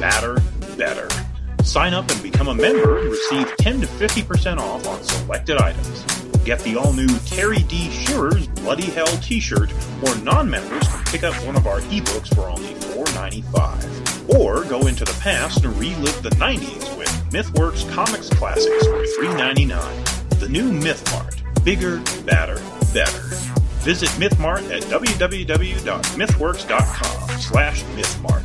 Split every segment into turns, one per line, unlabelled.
badder, better. Sign up and become a member and receive 10 to 50% off on selected items. Get the all new Terry D. Shearer's Bloody Hell t shirt, or non members can pick up one of our ebooks for only $4.95. Or go into the past and relive the 90s with MythWorks Comics Classics for $3.99. The new MythMart bigger, badder, better. Visit MythMart at www.mythworks.com slash MythMart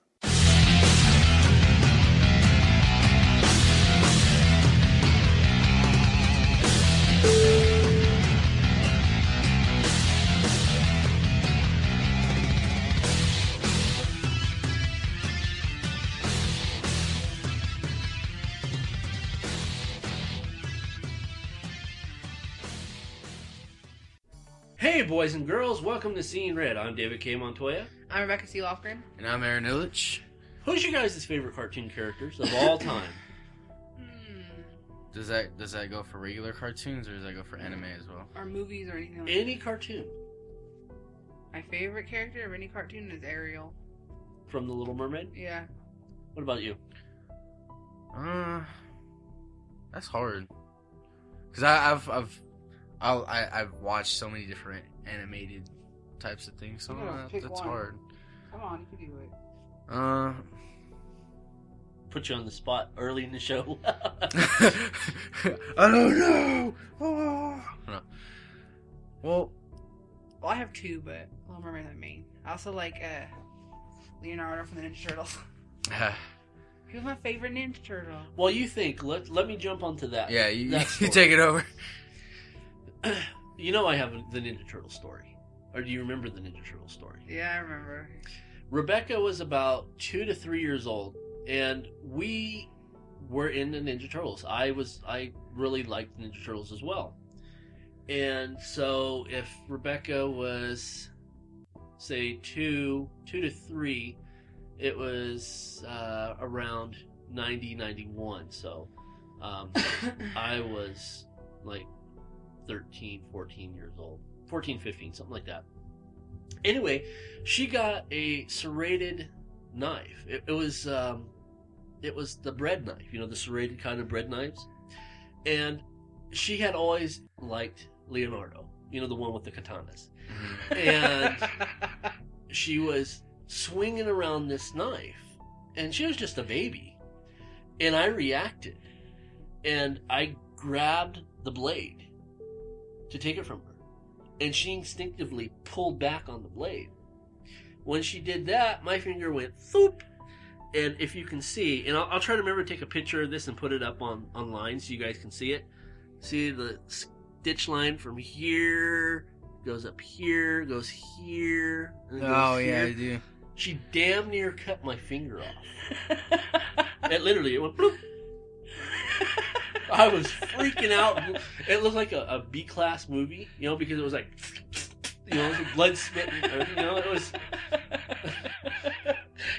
Hey, boys and girls, welcome to Seeing Red. I'm David K. Montoya.
I'm Rebecca C. Lofgren.
And I'm Aaron Illich.
Who's your guys' favorite cartoon characters of all time?
Mm,
Does that does that go for regular cartoons or does that go for anime as well?
or movies or anything like that.
Any cartoon
My favorite character of any cartoon is Ariel.
from The Little Mermaid?
Yeah.
What about you?
Uh, that's hard. Cause I, I've I've I'll, I, I've watched so many different animated types of things, so
Yeah,
uh,
pick
that's
one.
hard.
Come on, you can do it.
Uh,
Put you on the spot early in the show.
I don't know. Oh. No. Well,
Well, I have two, but Little Mermaid the main. I also like uh, Leonardo from the Ninja Turtles. he was my favorite Ninja Turtle.
well, you think. Let, let me jump onto that.
yeah, you,
That's
you
cool.
take it over.
You know I have the Ninja Turtle story. Or do you remember the Ninja Turtle story?
Yeah, I remember.
Rebecca was about two to three years old and we were in the Ninja Turtles. I was I really liked Ninja Turtles as well. And so if Rebecca was say two two to three, it was uh, around 90, 91. So um, I was like 13, 14 years old. 14, 15, something like that. Anyway, she got a serrated knife. It, it was um, it was the bread knife, you know, the serrated kind of bread knives. And she had always liked Leonardo, you know, the one with the katanas. And she was swinging around this knife, and she was just a baby. And I reacted, and I grabbed the blade to take it from her. And she instinctively pulled back on the blade. When she did that, my finger went thoop. And if you can see, and I'll, I'll try to remember to take a picture of this and put it up on online so you guys can see it. See the stitch line from here goes up here, goes here. and it
oh
goes
yeah,
here.
I do.
She damn near cut my finger off. It literally, it went bloop. I was freaking out. It looked like a, a B class movie, you know, because it was like, you know, it was blood spitting. You know, it was.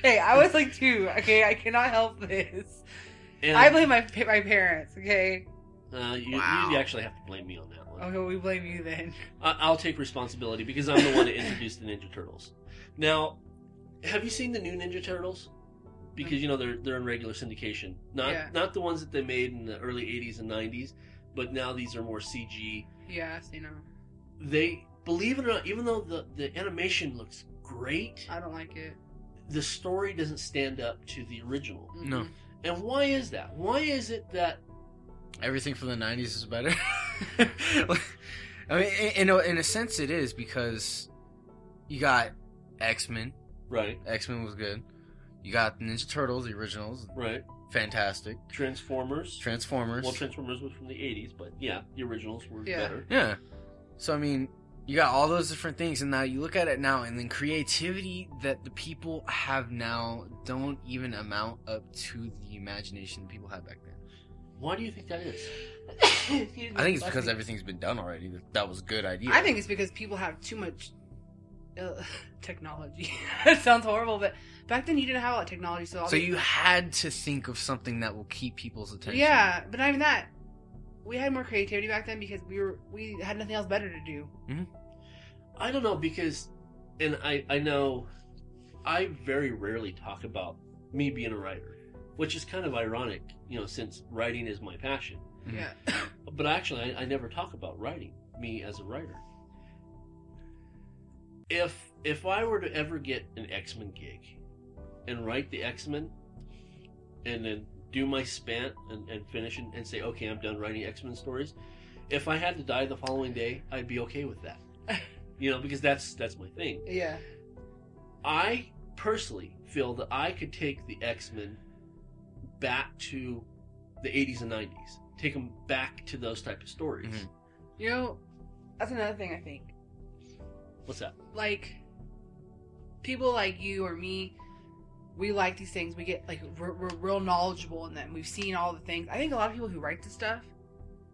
hey, I was like two. Okay, I cannot help this.
And,
I blame my pa- my parents. Okay,
uh, you,
Wow.
you actually have to blame me on that one.
okay, we blame you then.
I, I'll take responsibility because I'm the one that introduced the Ninja Turtles. Now, have you seen the new Ninja Turtles? Because you know they're they're in regular syndication, not
Yeah.
not the ones that they made in the early '80s and '90s, but now these are more CG.
Yes, you know,
They believe it or not, even though the the animation looks great,
I don't like it.
the story doesn't stand up to the original.
Mm-mm.
No.
And why is that? Why is it that
Everything from the '90s is better. I mean, in- in a, in a sense, it is because you got X Men.
right,
X Men was good. You got Ninja Turtles, the originals,
right?
fantastic.
Transformers.
Transformers.
Well, Transformers was from the '80s, but yeah, the originals were
Yeah.
better.
Yeah. So I mean, you got all those different things, and now you look at it now, and then creativity that the people have now don't even amount up to the imagination people had back then.
Why do you think that is?
Excuse
I
me.
think it's because everything's been done already. That, that was a good idea.
I think it's because people have too much uh, technology. it sounds horrible, but back then you didn't have a lot of technology, so all
so.
the-
You had to think of something that will keep people's attention.
yeah, but not even that. We had more creativity back then because we were we had nothing else better to do.
I don't know because, and I I know, I very rarely talk about me being a writer, which is kind of ironic, you know, since writing is my passion.
Mhm.
Yeah,
But actually, I, I never talk about writing me as a writer. If if I were to ever get an X Men gig, and write the X Men, and then do my span and, and finish and, and say, okay, I'm done writing X Men stories. If I had to die the following day, I'd be okay with that. you know, because that's that's my thing.
yeah.
I personally feel that I could take the X Men back to the 80s and 90s, take them back to those type of stories.
Mhm.
You know, that's another thing I think.
What's that?
like people like you or me we like these things we get like we're, we're real knowledgeable in them we've seen all the things i think a lot of people who write this stuff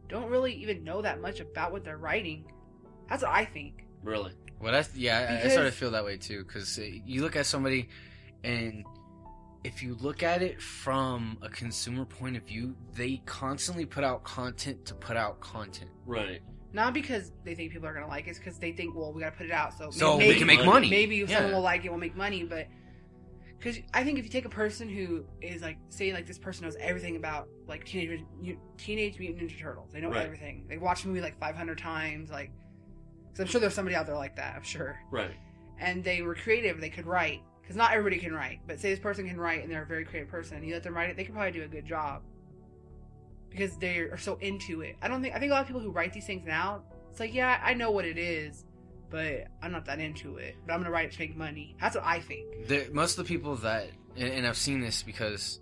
don't really even know that much about what they're writing that's what i think
Really?
Well, that's yeah. I- I
Because-
started to feel that way too because you look at somebody, and if you look at it from a consumer point of view, they constantly put out content to put out content,
Right.
not because they think people are gonna like it it's because they think well we gotta put it out so,
so
Maybe-
we can make money.
maybe if
Yeah.
someone will like it we'll make money but because i think if you take a person who is like say like this person knows everything about like teenage, Mut- teenage mutant ninja turtles they know
Right.
everything they watch the movie like 500 times like because i'm sure there's somebody out there like that i'm sure
Right.
and they were creative they could write because not everybody can write but say this person can write and they're a very creative person you let them write it they could probably do a good job because they are so into it i don't think i think a lot of people who write these things now it's like yeah i know what it is but i'm not that into it but i'm gonna write it to make money that's what i think
There, most of the people that, and, and I've seen this because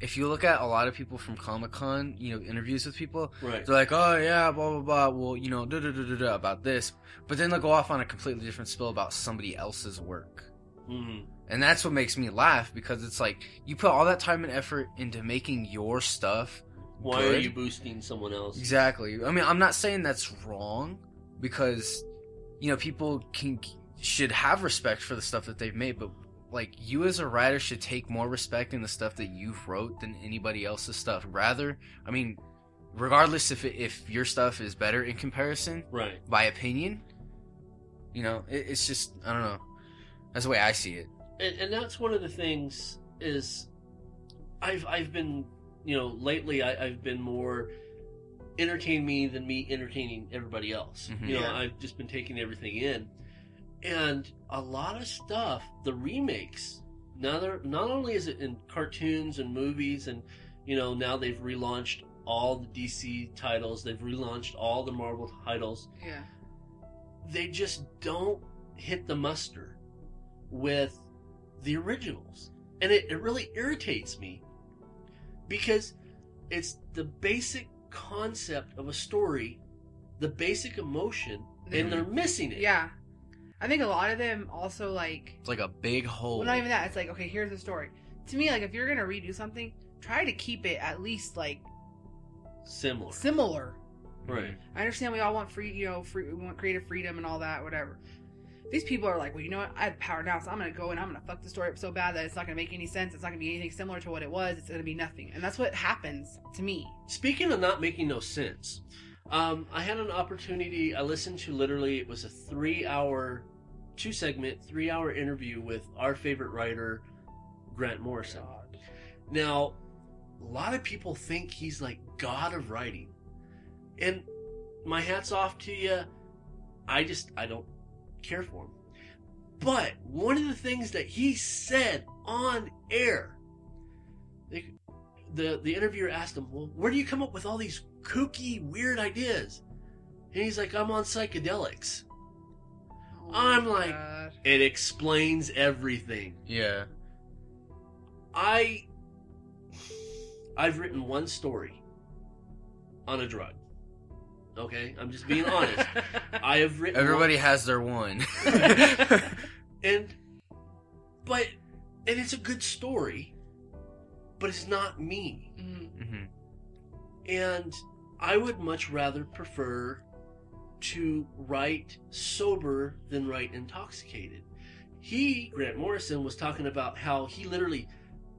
if you look at a lot of people from Comic Con, you know, interviews with people,
Right.
They're like, oh yeah, blah blah blah. Well, you know, da da da da da about this, but then they'll go off on a completely different spill about somebody else's work.
Mhm.
And that's what makes me laugh because it's like you put all that time and effort into making your stuff.
Why are
Good.
you boosting someone else?
Exactly. I mean, I'm not saying that's wrong because you know, people can should have respect for the stuff that they've made, but like you as a writer should take more respect in the stuff that you've wrote than anybody else's stuff. Rather, I mean, regardless if it, if your stuff is better in comparison,
Right.
by opinion. You know, it, it's just I don't know. That's the way I see it.
and, and that's one of the things is i've i've been you know lately I, i've been more entertain me than me entertaining everybody else
Mhm.
you know
Yeah.
i've just been taking everything in and a lot of stuff the remakes now they're not only is it in cartoons and movies and you know now they've relaunched all the dc titles they've relaunched all the marvel titles
Yeah.
they just don't hit the muster with the originals. And it, it really irritates me because it's the basic concept of a story, the basic emotion, and they're missing it.
Yeah. I think a lot of them also like
It's like a big hole.
well not even that. It's like, okay, here's the story. To me, like if you're gonna redo something, try to keep it at least like
Similar.
similar.
Right.
I understand we all want free you know, free we want creative freedom and all that, whatever. These people are like, well, you know what? I have power now, so I'm gonna go and I'm gonna fuck the story up so bad that it's not gonna make any sense. It's not gonna be anything similar to what it was. It's gonna be nothing, and that's what happens to me.
Speaking of not making no sense, um, I had an opportunity. I listened to literally it was a three-hour, two-segment, three-hour interview with our favorite writer, Grant Morrison. Now, a lot of people think he's like god of writing, and my hat's off to you. I just I don't care for him. But one of the things that he said on air, the the, the interviewer asked him, "Well, where do you come up with all these kooky, weird ideas?" And he's like, "I'm on psychedelics."
Oh
I'm
my
like-
God.
It explains everything.
Yeah.
I I've written one story on a drug. Okay, I'm just being honest. I have written
Everybody has their one. Mm-hmm.
one- and but and it's a good story, but it's not me.
Mhm.
Mhm.
And I would much rather prefer to write sober than write intoxicated. He, Grant Morrison, was talking about how he literally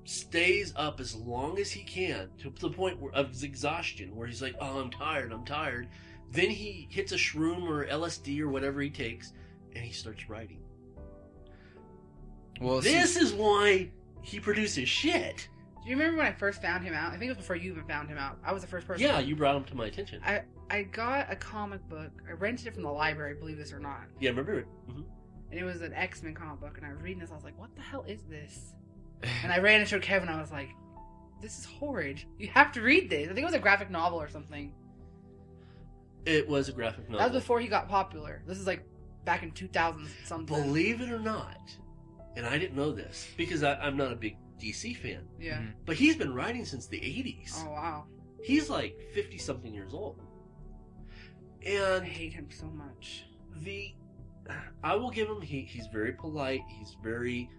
stays up as long as he can to the point where, of his exhaustion, where he's like, oh, I'm tired, I'm tired. Then he hits a shroom or LSD or whatever he takes and he starts writing.
Well, see-
this is why he produces shit.
Do you remember when I first found him out? I think it was before you even found him out. I was the first person.
Yeah, you brought him to my attention.
I- I got a comic book. I rented it from the library, believe this or not.
yeah, remember it? Mhm.
And it was an X Men comic book. And I was reading this. I was like, what the hell is this? And I ran and showed Kevin. I was like, this is horrid. You have to read this. I think it was a graphic novel or something.
It was a graphic novel.
That was before he got popular. This is like back in 2000 something.
Believe it or not, and I didn't know this because I, I'm not a big DC fan,
Yeah.
Mhm.
but he's been writing since the 80s.
Oh, wow.
He's like 50 something years old.
I
And
hate him so much.
the. I will give him, he, he's very polite, he's very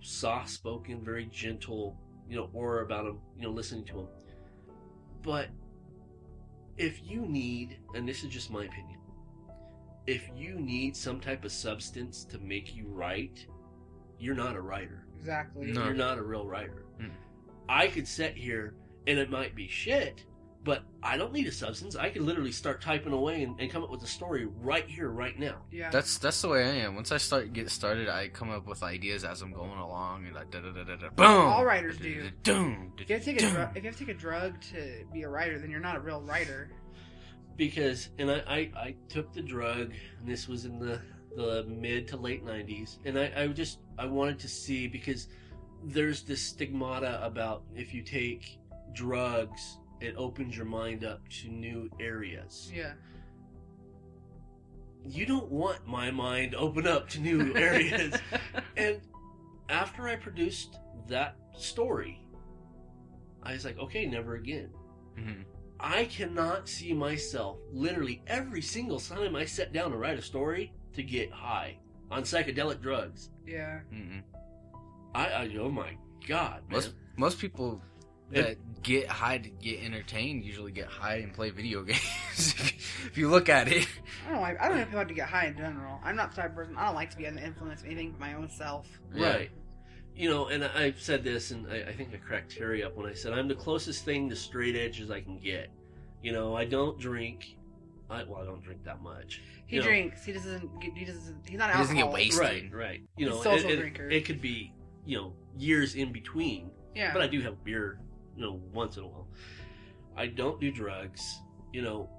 soft spoken, very gentle, you know, aura about him, you know, listening to him. But if you need, and this is just my opinion, if you need some type of substance to make you write, you're not a writer.
Exactly.
No.
You're not a real writer.
Mm.
I could sit here and it might be shit, but I don't need a substance. I could literally start typing away and, and come up with a story right here, right now.
Yeah.
that's that's the way I am. Once I start get started, I come up with ideas as I'm going along, and like da da da da da. Boom.
All writers do.
Doom.
If you, have to take a dru- if you have to take a drug to be a writer, then you're not a real writer.
Because, and I, I, I took the drug, and this was in the, the mid to late 90s, and I, I just, I wanted to see because there's this stigmata about if you take drugs, it opens your mind up to new areas.
Yeah.
you don't want my mind open up to new areas. and after I produced that story, I was like, okay, never again.
Mhm.
I cannot see myself literally every single time I sat down to write a story to get high on psychedelic drugs.
Yeah.
Mhm.
I, I oh my god, man.
Most most people
It-
that get high to get entertained usually get high and play video games. if you look at it,
I don't like. I don't know if people have to get high in general. I'm not the type of person. I don't like to be under the influence of anything but my own self.
Yeah.
Right. You know, and I- I've said this, and I, I think I cracked Terry up when I said I'm the closest thing to straight edge as I can get. You know, I don't drink. I, well, I don't drink that much.
He
You know.
drinks. He doesn't. Get, he doesn't. He's not an
He doesn't get
alcoholic.
Right,
wasted.
right. You know,
Social
it, it-
drinker.
it could be you know years in between,
Yeah.
but I do have beer, you know, once in a while. I don't do drugs. You know,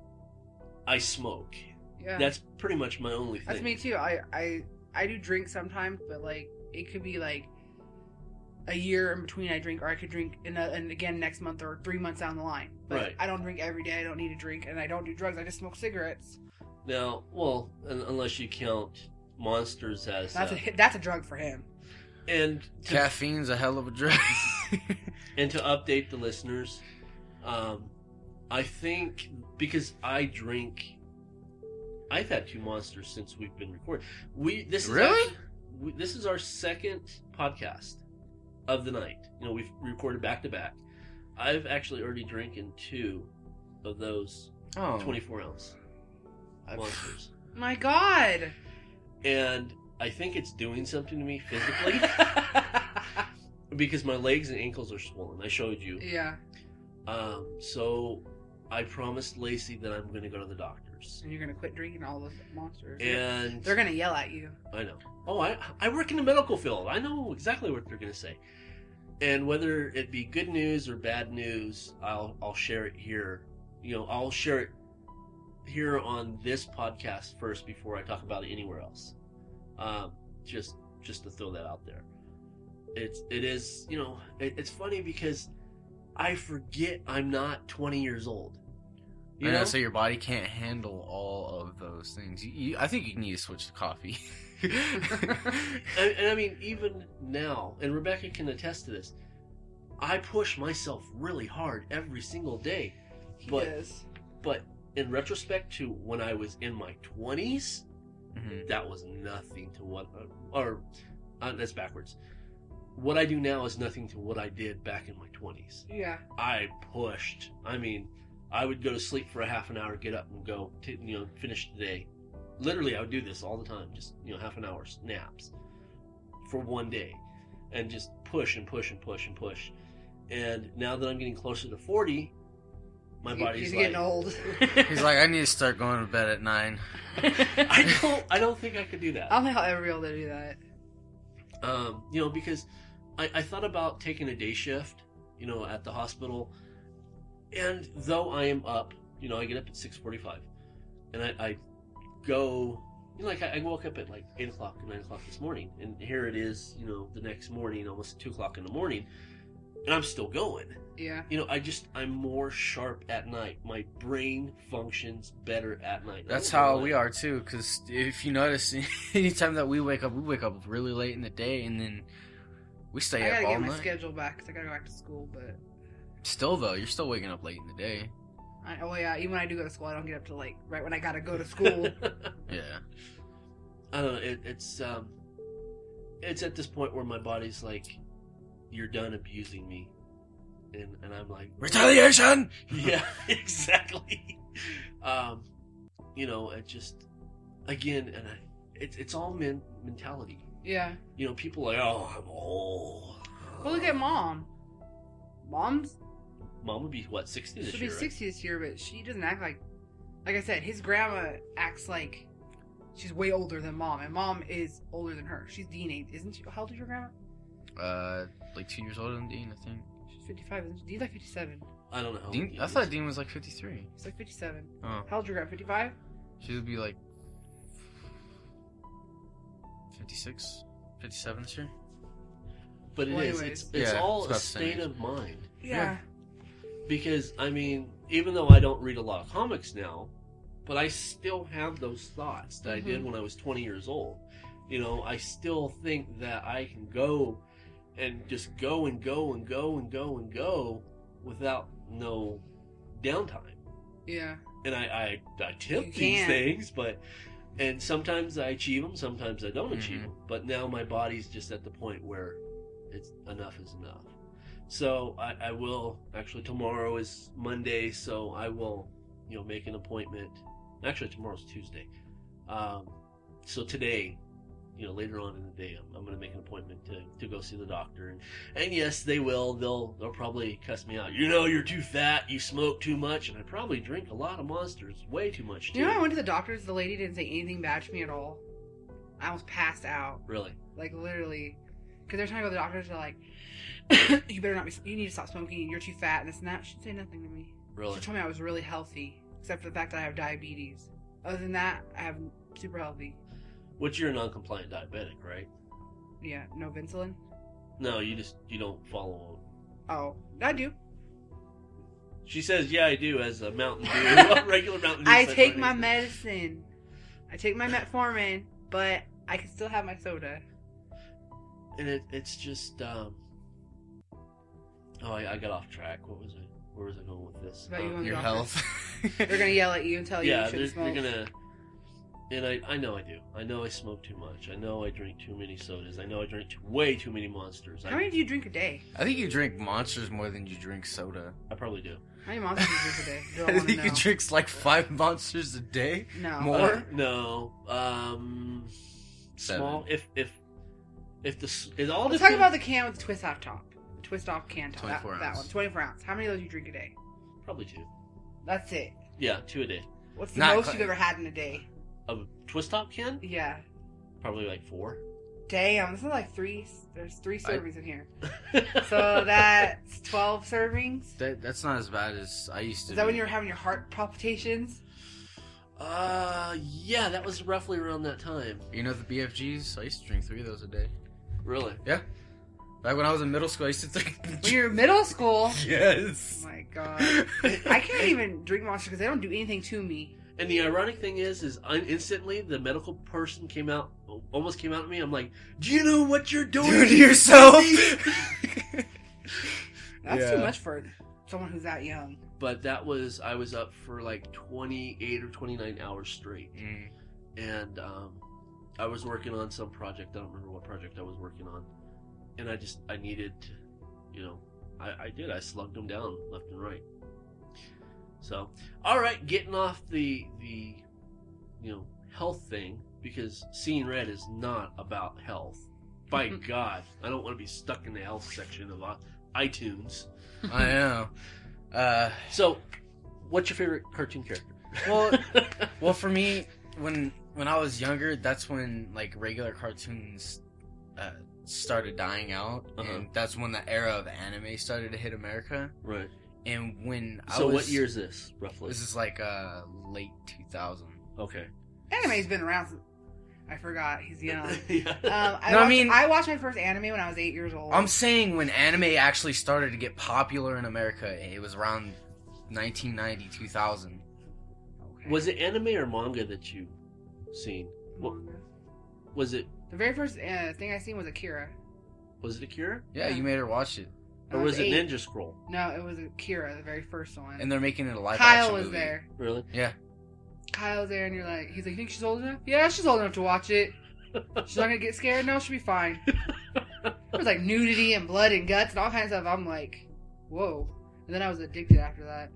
I smoke.
yeah.
That's
That's,
pretty much my only thing.
me too. I I I do drink sometimes, but like it could be like a year in between I drink, or I could drink in a, and again next month or three months down the line. But
Right.
I don't drink every day. I don't need to drink, and I don't do drugs. I just smoke cigarettes.
Now, well, un- unless you count monsters as
That's
uh,
a that's a drug for him.
and to
caffeine's a hell of a drug.
And to update the listeners, um, I think because I drink, I've had two monsters since we've been recording. We this is
Really?
actually- we, this is our second podcast of the night. You know, we've recorded back to back. I've actually already drinking two of those
oh,
twenty-four ounce
I've-
monsters,
My God.
and I think it's doing something to me physically because my legs and ankles are swollen. I showed you.
yeah.
Um, so I promised Lacey that I'm going to go to the doctors.
And you're gonna quit drinking all those monsters.
And
They're gonna yell at you.
I know. Oh, I I work in the medical field. I know exactly what they're going to say. And whether it be good news or bad news, I'll I'll share it here. You know, I'll share it here on this podcast first before I talk about it anywhere else. Um, just just to throw that out there. It's it is you know it, it's funny because I forget I'm not 20 years old. You
I know,
know?
so your body can't handle all of those things. You, you, I think you need to switch to coffee. Mhm.
and, and I mean, even now, and Rebecca can attest to this, I push myself really hard every single day.
He
But-
does.
But in retrospect to when I was in my 20s,
Mhm.
that was nothing to what, or uh, that's backwards. What I do now is nothing to what I did back in my 20s.
Yeah.
I pushed. I mean, I would go to sleep for a half an hour, get up and go, t- you know, finish the day. Literally, I would do this all the time, just, you know, half an hour's naps for one day and just push and push and push and push. And now that I'm getting closer to 40, my
He-
body's
He's
like,
getting old.
He's like, I need to start going to bed at nine.
I don't, I don't think I could do
I
that.
don't think I'll ever be able to do that.
Um, you know, because I, I thought about taking a day shift, you know, at the hospital. And though I am up, you know, I get up at six forty-five, and I, I go, you know, like I, I woke up at like eight o'clock, nine o'clock this morning, and here it is, you know, the next morning, almost two o'clock in the morning, and I'm still going.
Yeah.
You know, I just I'm more sharp at night. My brain functions better at night.
That's how we are too. Because if you notice, anytime that we wake up, we wake up really late in the day, and then we stay
I gotta
up all
get my
night.
schedule back because I gotta go back to school. But
Still though, you're still waking up late in the day.
I, oh yeah, even when I do go to school, I don't get up to like right when I gotta go to school.
Yeah.
I don't know. It, it's um, it's at this point where my body's like, "You're done abusing me," and and I'm like,
Retaliation.
"Yeah, exactly." um, you know, it just again, and I, it's it's all men- mentality.
yeah.
You know, people are like, "Oh, I'm old."
Well, look at mom. Mom's
Mom would be what sixty this
she'll be
year. right?
sixty this year, but she doesn't act like. Like I said, his grandma acts like she's way older than mom, and mom is older than her. She's Dean age, isn't she? How old is your grandma?
Uh, like two years older than Dean, I think.
She's fifty-five. Isn't she? Dean's like fifty-seven.
I don't know. how
Oh,
old
Dean,
he
I
is.
thought Dean was like 53.
She's like fifty-seven.
Oh,
How old your grandma? Fifty-five.
she would be like 56, 57 this year.
but it
Well,
is.
anyways.
It's it's
Yeah,
all
it's about
a
the same
state
age.
of mind.
Yeah.
because I mean, even though I don't read a lot of comics now, but I still have those thoughts that I did when I was 20 years old. You know, I still think that I can go and just go and go and go and go and go without no downtime.
Yeah.
And I, I attempt
You
these
can.
things, but and sometimes I achieve them, sometimes I don't achieve
Mhm.
them. But now my body's just at the point where it's enough is enough. So I, I will actually tomorrow is Monday, so I will you know make an appointment. Actually, tomorrow's Tuesday. Um, so today, you know, later on in the day, I'm, I'm going to make an appointment to, to go see the doctor. And, and yes, they will. They'll they'll probably cuss me out. You know, you're too fat. You smoke too much, and I probably drink a lot of monsters, way too much. Too.
You know, when I went to the doctor's. The lady didn't say anything bad to me at all. I almost passed out.
really.
Like literally, because every time I go to the doctors, they're like, "You better not be. You need to stop smoking. You're too fat." And this and that. She said nothing to me.
Really?
She told me I was really healthy, except for the fact that I have diabetes. Other than that, I have super healthy.
Which you're a non-compliant diabetic, right?
Yeah, no insulin.
No, you just you don't follow.
Oh, I do.
She says, "Yeah, I do." As a Mountain Dew, a regular Mountain Dew.
I
says
take
right
my
next to-
medicine. I take my metformin, but I can still have my soda.
and it, it's just. um Oh, I, I got off track. What was it? Where was I going with this?
About you
Um,
going
Your
Doctors.
health.
They're gonna yell at you and tell Oh, you
yeah,
you
they're,
shouldn't
they're
smoke.
gonna. And I, I know I do. I know I smoke too much. I know I drink too many sodas. I know I drink too, way too many monsters.
How many
I,
do you drink a day?
I think you drink monsters more than you drink soda.
I probably do.
How many monsters do you drink a day? Do I
I
want to
think
know?
you drinks like five monsters a day.
no.
more.
Uh, no. Um. Small. If if if the s- it all
Let's
depends.
talk about the can with the twist off top. The twist off can top. That,
24
that
ounce.
one. 24 ounce. How many of those you drink a day?
probably two.
That's it.
Yeah, two a day.
What's the
Not
most
cl-
you've ever had in a day?
A twist top can
Yeah.
probably like four.
Damn, this is like three. There's three
I-
servings in here. So that's 12 servings.
That, that's not as bad as I used to.
Is that when
be.
you were having your heart palpitations?
Uh, yeah, that was roughly around that time.
You know the BFGs? I used to drink three of those a day.
Really?
Back when I was in middle school, I used to drink.
When you're in middle school. Oh
yes.
my god. I can't even drink monster because they don't do anything to me.
And the ironic thing is, is I, instantly the medical person came out, almost came out at me. I'm like, "Do you know what you're doing?"
Do to yourself.
That's too
Yeah.
much for someone who's that young.
but that was I was up for like 28 or 29 hours straight,
Mm.
and um, I was working on some project. I don't remember what project I was working on, and I just I needed, you know, I, I did I slugged them down left and right. So, all right, getting off the the, you know, health thing because seeing red is not about health. By God, I don't want to be stuck in the health section of uh, iTunes.
I know. Uh,
So, what's your favorite cartoon character?
well, well, for me, when when I was younger, that's when like regular cartoons uh, started dying out,
Uh-huh.
and that's when the era of anime started to hit America.
right.
And when I
So,
was,
what year is this roughly?
This is like uh, late two thousand.
okay.
Anime's been around since. I forgot. He's young. Um,
yeah.
I,
No, I
watched, I
mean-
watched my first anime when I was eight years old.
I'm saying when anime actually started to get popular in America, it was around 1990, 2000.
Okay.
was it anime or manga that you seen? what-
Manga.
Was it
The very first uh, thing I seen was Akira.
was it Akira
Yeah, you made her watch it,
I
or was, it
Uh, eight.
Ninja Scroll?
No, it was Akira, the very first one.
and they're making it a live
Kyle
action
was
movie.
there.
Really?
Kyle's there, and you're like, he's like, you think she's old enough? Yeah, she's old enough to watch it. She's not gonna get scared. No, she'll be fine. There was like nudity and blood and guts and all kinds of stuff. I'm like, whoa. And then I was addicted after that.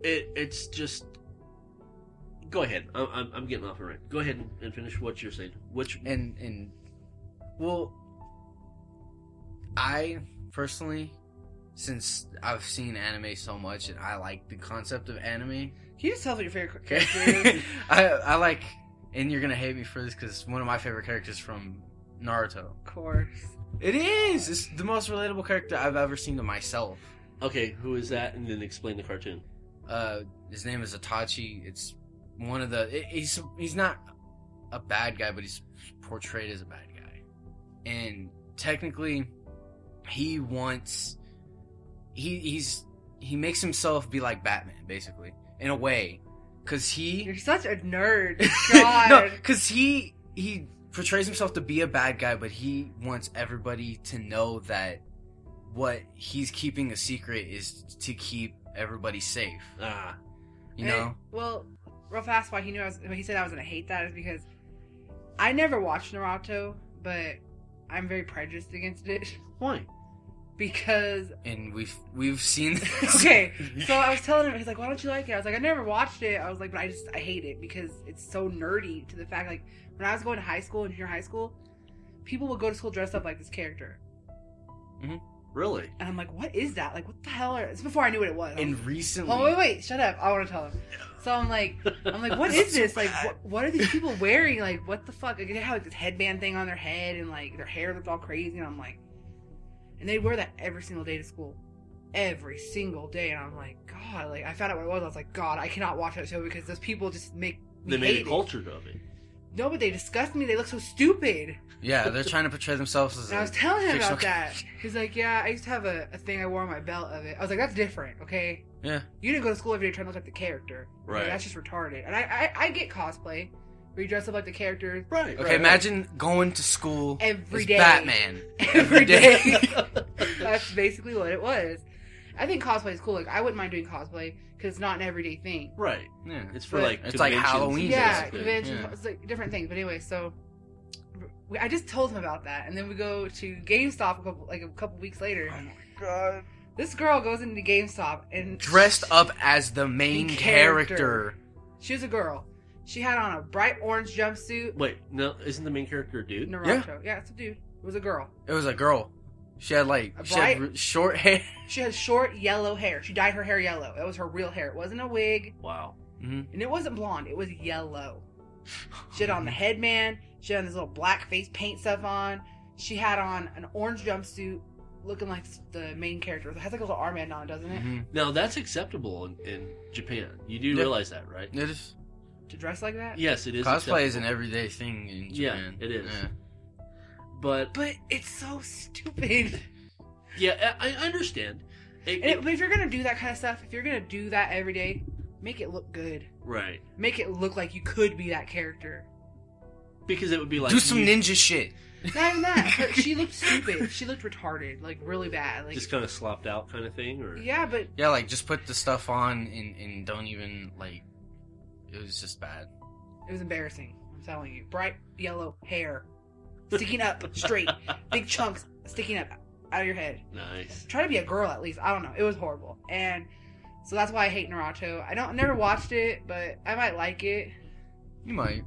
It it's just. Go ahead. I'm, I'm, I'm getting off the rant. Go ahead and, and finish what you're saying. Which
And and well, I personally, since I've seen anime so much and I like the concept of anime,
Can you just tell us what your favorite character is?
okay, I I like, and you're gonna hate me for this because one of my favorite characters from Naruto.
of course.
It is. It's the most relatable character I've ever seen to myself.
okay, who is that? And then explain the cartoon.
Uh, his name is Itachi. It's one of the. it- he's he's not a bad guy, but he's portrayed as a bad guy, and technically, he wants. He he's he makes himself be like Batman, basically, in a way, because he
You're such a nerd. God.
because he he portrays himself to be a bad guy, but he wants everybody to know that what he's keeping a secret is to keep everybody safe.
Ah,
You
And-
know,
well, real fast, why he knew I was, why he said I was gonna hate that is because I never watched Naruto, but I'm very prejudiced against it
Why?
because
and we've we've seen this.
okay. So I was telling him, he's like, "Why don't you like it?" I was like, "I never watched it." I was like, "But I just I hate it because it's so nerdy to the fact like when I was going to high school and junior high school, people would go to school dressed up like this character,
Really?
and I'm like, "What is that? Like, what the hell?" Are... It's before I knew what it was.
and recently
oh wait, wait, shut up! I want to tell him. So I'm like, I'm like, what is this? Like, what, what are these people wearing? Like, what the fuck? Like, they had like this headband thing on their head, and like their hair looked all crazy. And I'm like, and they wear that every single day to school, every single day. And I'm like, God, like I found out what it was. I was like, God, I cannot watch that show because those people just make me
They made
hate
a
it.
culture of it.
No, but they disgust me. They look so stupid.
yeah they're trying to portray themselves as
And I was
a
telling him
fictional
about that. He's like, Yeah, I used to have a, a thing I wore on my belt of it. I was like, That's different, okay?
Yeah.
You didn't go to school every day trying to look like the character. Like,
Right.
that's just retarded. And I, I I get cosplay where you dress up like the character
Right.
okay imagine going to school
every
as
day.
Batman
Every day.
That's
that's basically what it was. I think cosplay is cool. Like I wouldn't mind doing cosplay because it's not an everyday thing.
right.
yeah
It's for
But-
like
It's like
conventions and
Halloween,
yeah,
basically.
conventions,
yeah.
it's like different things. But anyway, so we, I just told him about that, and then we go to GameStop a couple, like a couple weeks later.
oh my god
This girl goes into GameStop and
dressed up as the main
Main
character.
character. She was a girl. She had on a bright orange jumpsuit.
Wait, no, isn't the main character a dude?
Naruto. Yeah, it's a dude. It was a girl.
It was a girl. She had like
A
she had
bright-
r- short hair.
She had short yellow hair. She dyed her hair yellow. That was her real hair. It wasn't a wig,
Wow.
Mm-hmm.
and it wasn't blonde. It was yellow. She had on the headband. She had this little black face paint stuff on. She had on an orange jumpsuit, looking like the main character. It has like a little armband on, doesn't it?
Mhm.
Now that's acceptable in, in Japan. You do
Yeah.
realize that, right?
It is
To dress like that.
Yes, it is.
cosplay is an
acceptable.
everyday thing in
Yeah,
Japan.
it is.
Yeah.
But
But it's so stupid.
yeah, I, I understand. It-
And it, but if you're gonna do that kind of stuff, if you're gonna do that every day, make it look good.
right.
Make it look like you could be that character.
Because it would be like
Do some
you
ninja shit.
Not even that. Her, she looked stupid. She looked retarded, like really bad. Like
just kind of slopped out kind of thing, or
yeah, but
Yeah, like just put the stuff on and and don't even like. It was just bad.
it was embarrassing. I'm telling you, bright yellow hair sticking up straight, big chunks sticking up out of your head.
nice.
Try to be a girl at least. I don't know. It was horrible, and so that's why I hate Naruto. I don't I never watched it, but I might like it.
You might.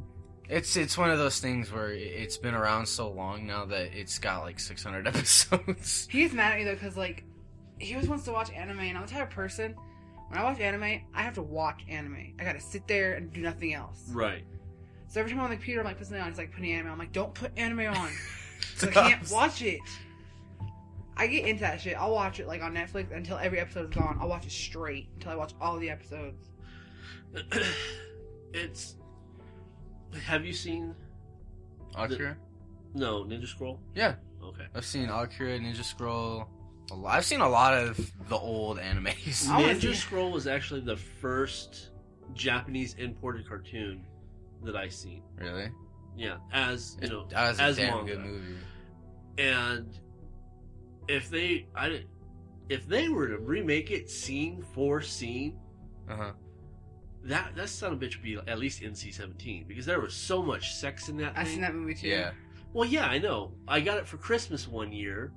It's it's one of those things where it- it's been around so long now that it's got like 600 episodes.
He's mad at me though because like he always wants to watch anime, and I'm the type of person when I watch anime, I have to watch anime. I gotta sit there and do nothing else.
Right.
So every time I'm on the computer, I'm like putting it on. He's like putting anime. on. I'm like, don't put anime on. 'cause I can't watch it. I get into that shit. I'll watch it like on Netflix until every episode is gone. I'll watch it straight until I watch all the episodes.
it's. Have you seen
Akira.
no Ninja Scroll?
Yeah.
Okay.
I've seen Akira, Ninja Scroll. a lo- I've seen a lot of the old animes.
I wanna see
Ninja
it.
Scroll was actually the first Japanese imported cartoon that I seen.
Really?
Yeah, as you
It-
know,
that was a
as
damn
manga.
good movie.
and if they, I didn't, if they were to remake it scene for scene,
Uh huh.
that that son of a bitch would be at least NC seventeen because there was so much sex in that.
I've
thing.
seen that movie too.
Yeah.
Well, yeah, I know. I got it for Christmas one year.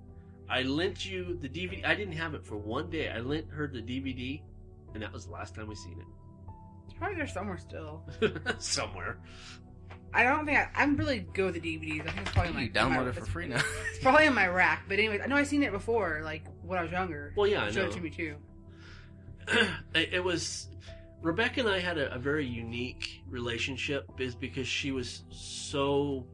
I lent you the DVD. I didn't have it for one day. I lent her the DVD, and that was the last time we seen
It's probably there somewhere still.
it somewhere.
I don't think I, I'm really good with the DVDs. I think it's probably in my,
You
in my-
download it for
it's-
free now.
It's probably in my rack. But anyways, I know I've seen it before, like when I was younger.
Well, yeah, I
Showed
know.
it to me too.
it, it was Rebecca and I had a, a very unique relationship is because she was so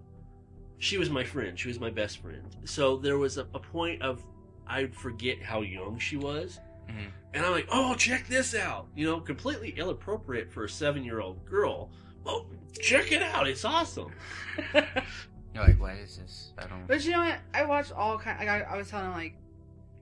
she was my friend. She was my best friend. So there was a, a point of I forget how young she was.
Mhm.
And I'm like, oh, check this out. You know, completely inappropriate for a seven year old girl. Oh, check it out. It's awesome.
You're like, what is this? I don't.
But you know what? I watched all kind. Like I, I was telling him, like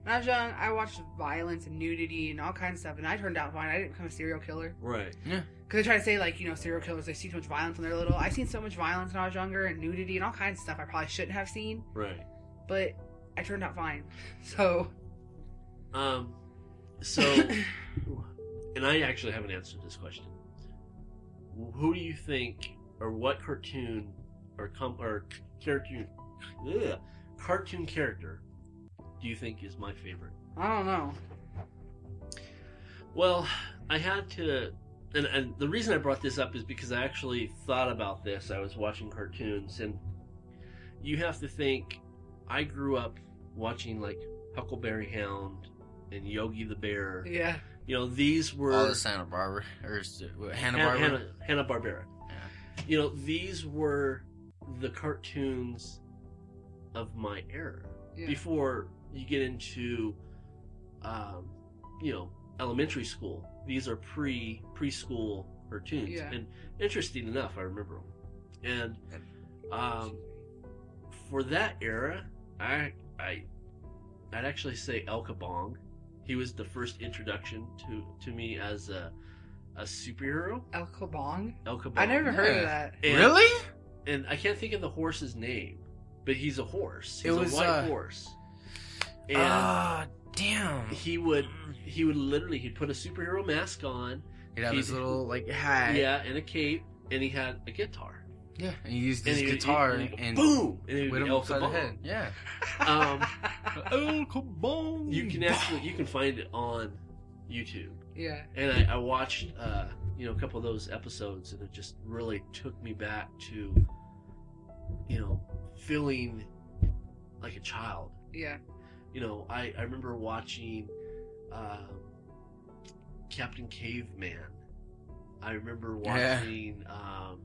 when I was young, I watched violence and nudity and all kinds of stuff, and I turned out fine. I didn't become a serial killer
Right.
because they try to say like you know serial killers they see too much violence when they're little. I seen so much violence when I was younger and nudity and all kinds of stuff I probably shouldn't have seen,
Right.
but I turned out fine. So
Um, so, and I actually haven't answered this question. Who do you think, or what cartoon, or com, or c- character, ugh, cartoon character do you think is my favorite?
I don't know.
Well, I had to, and, and the reason I brought this up is because I actually thought about this. I was watching cartoons, and you have to think I grew up watching like Huckleberry Hound and Yogi the Bear.
Yeah.
You know, these were
All the Santa Barbara or Hannah
Han-
Barbara.
Hanna- Hanna-Barbera. You know, these were the cartoons of my era.
Yeah.
Before you get into, um, you know, elementary school, these are pre preschool cartoons.
Yeah.
And interesting enough, I remember them. And um, for that era, I I I'd actually say El Kabong. He was the first introduction to to me as a a superhero.
El Kabong?
El Kabong.
I never heard of
Yeah.
that.
And,
really?
And I can't think of the horse's name, but he's a horse.
It
He's
was,
a white
uh,
horse. And
Ah, damn.
he would he would literally he'd put a superhero mask on,
He'd have his
he-
little like hat.
yeah, and a cape, and he had a guitar.
Yeah, and he used
And
his
he would-
guitar
he- he-
and
boom, and it
Hit
would
him
be El
upside the
Kabong.
head. Yeah.
Um,
El Kabong.
You can actually you can find it on YouTube.
yeah.
And I, I watched, uh, you know, a couple of those episodes, and it just really took me back to, you know, feeling like a child.
Yeah.
You know, I, I remember watching um, Captain Caveman. I remember
Yeah.
watching, um,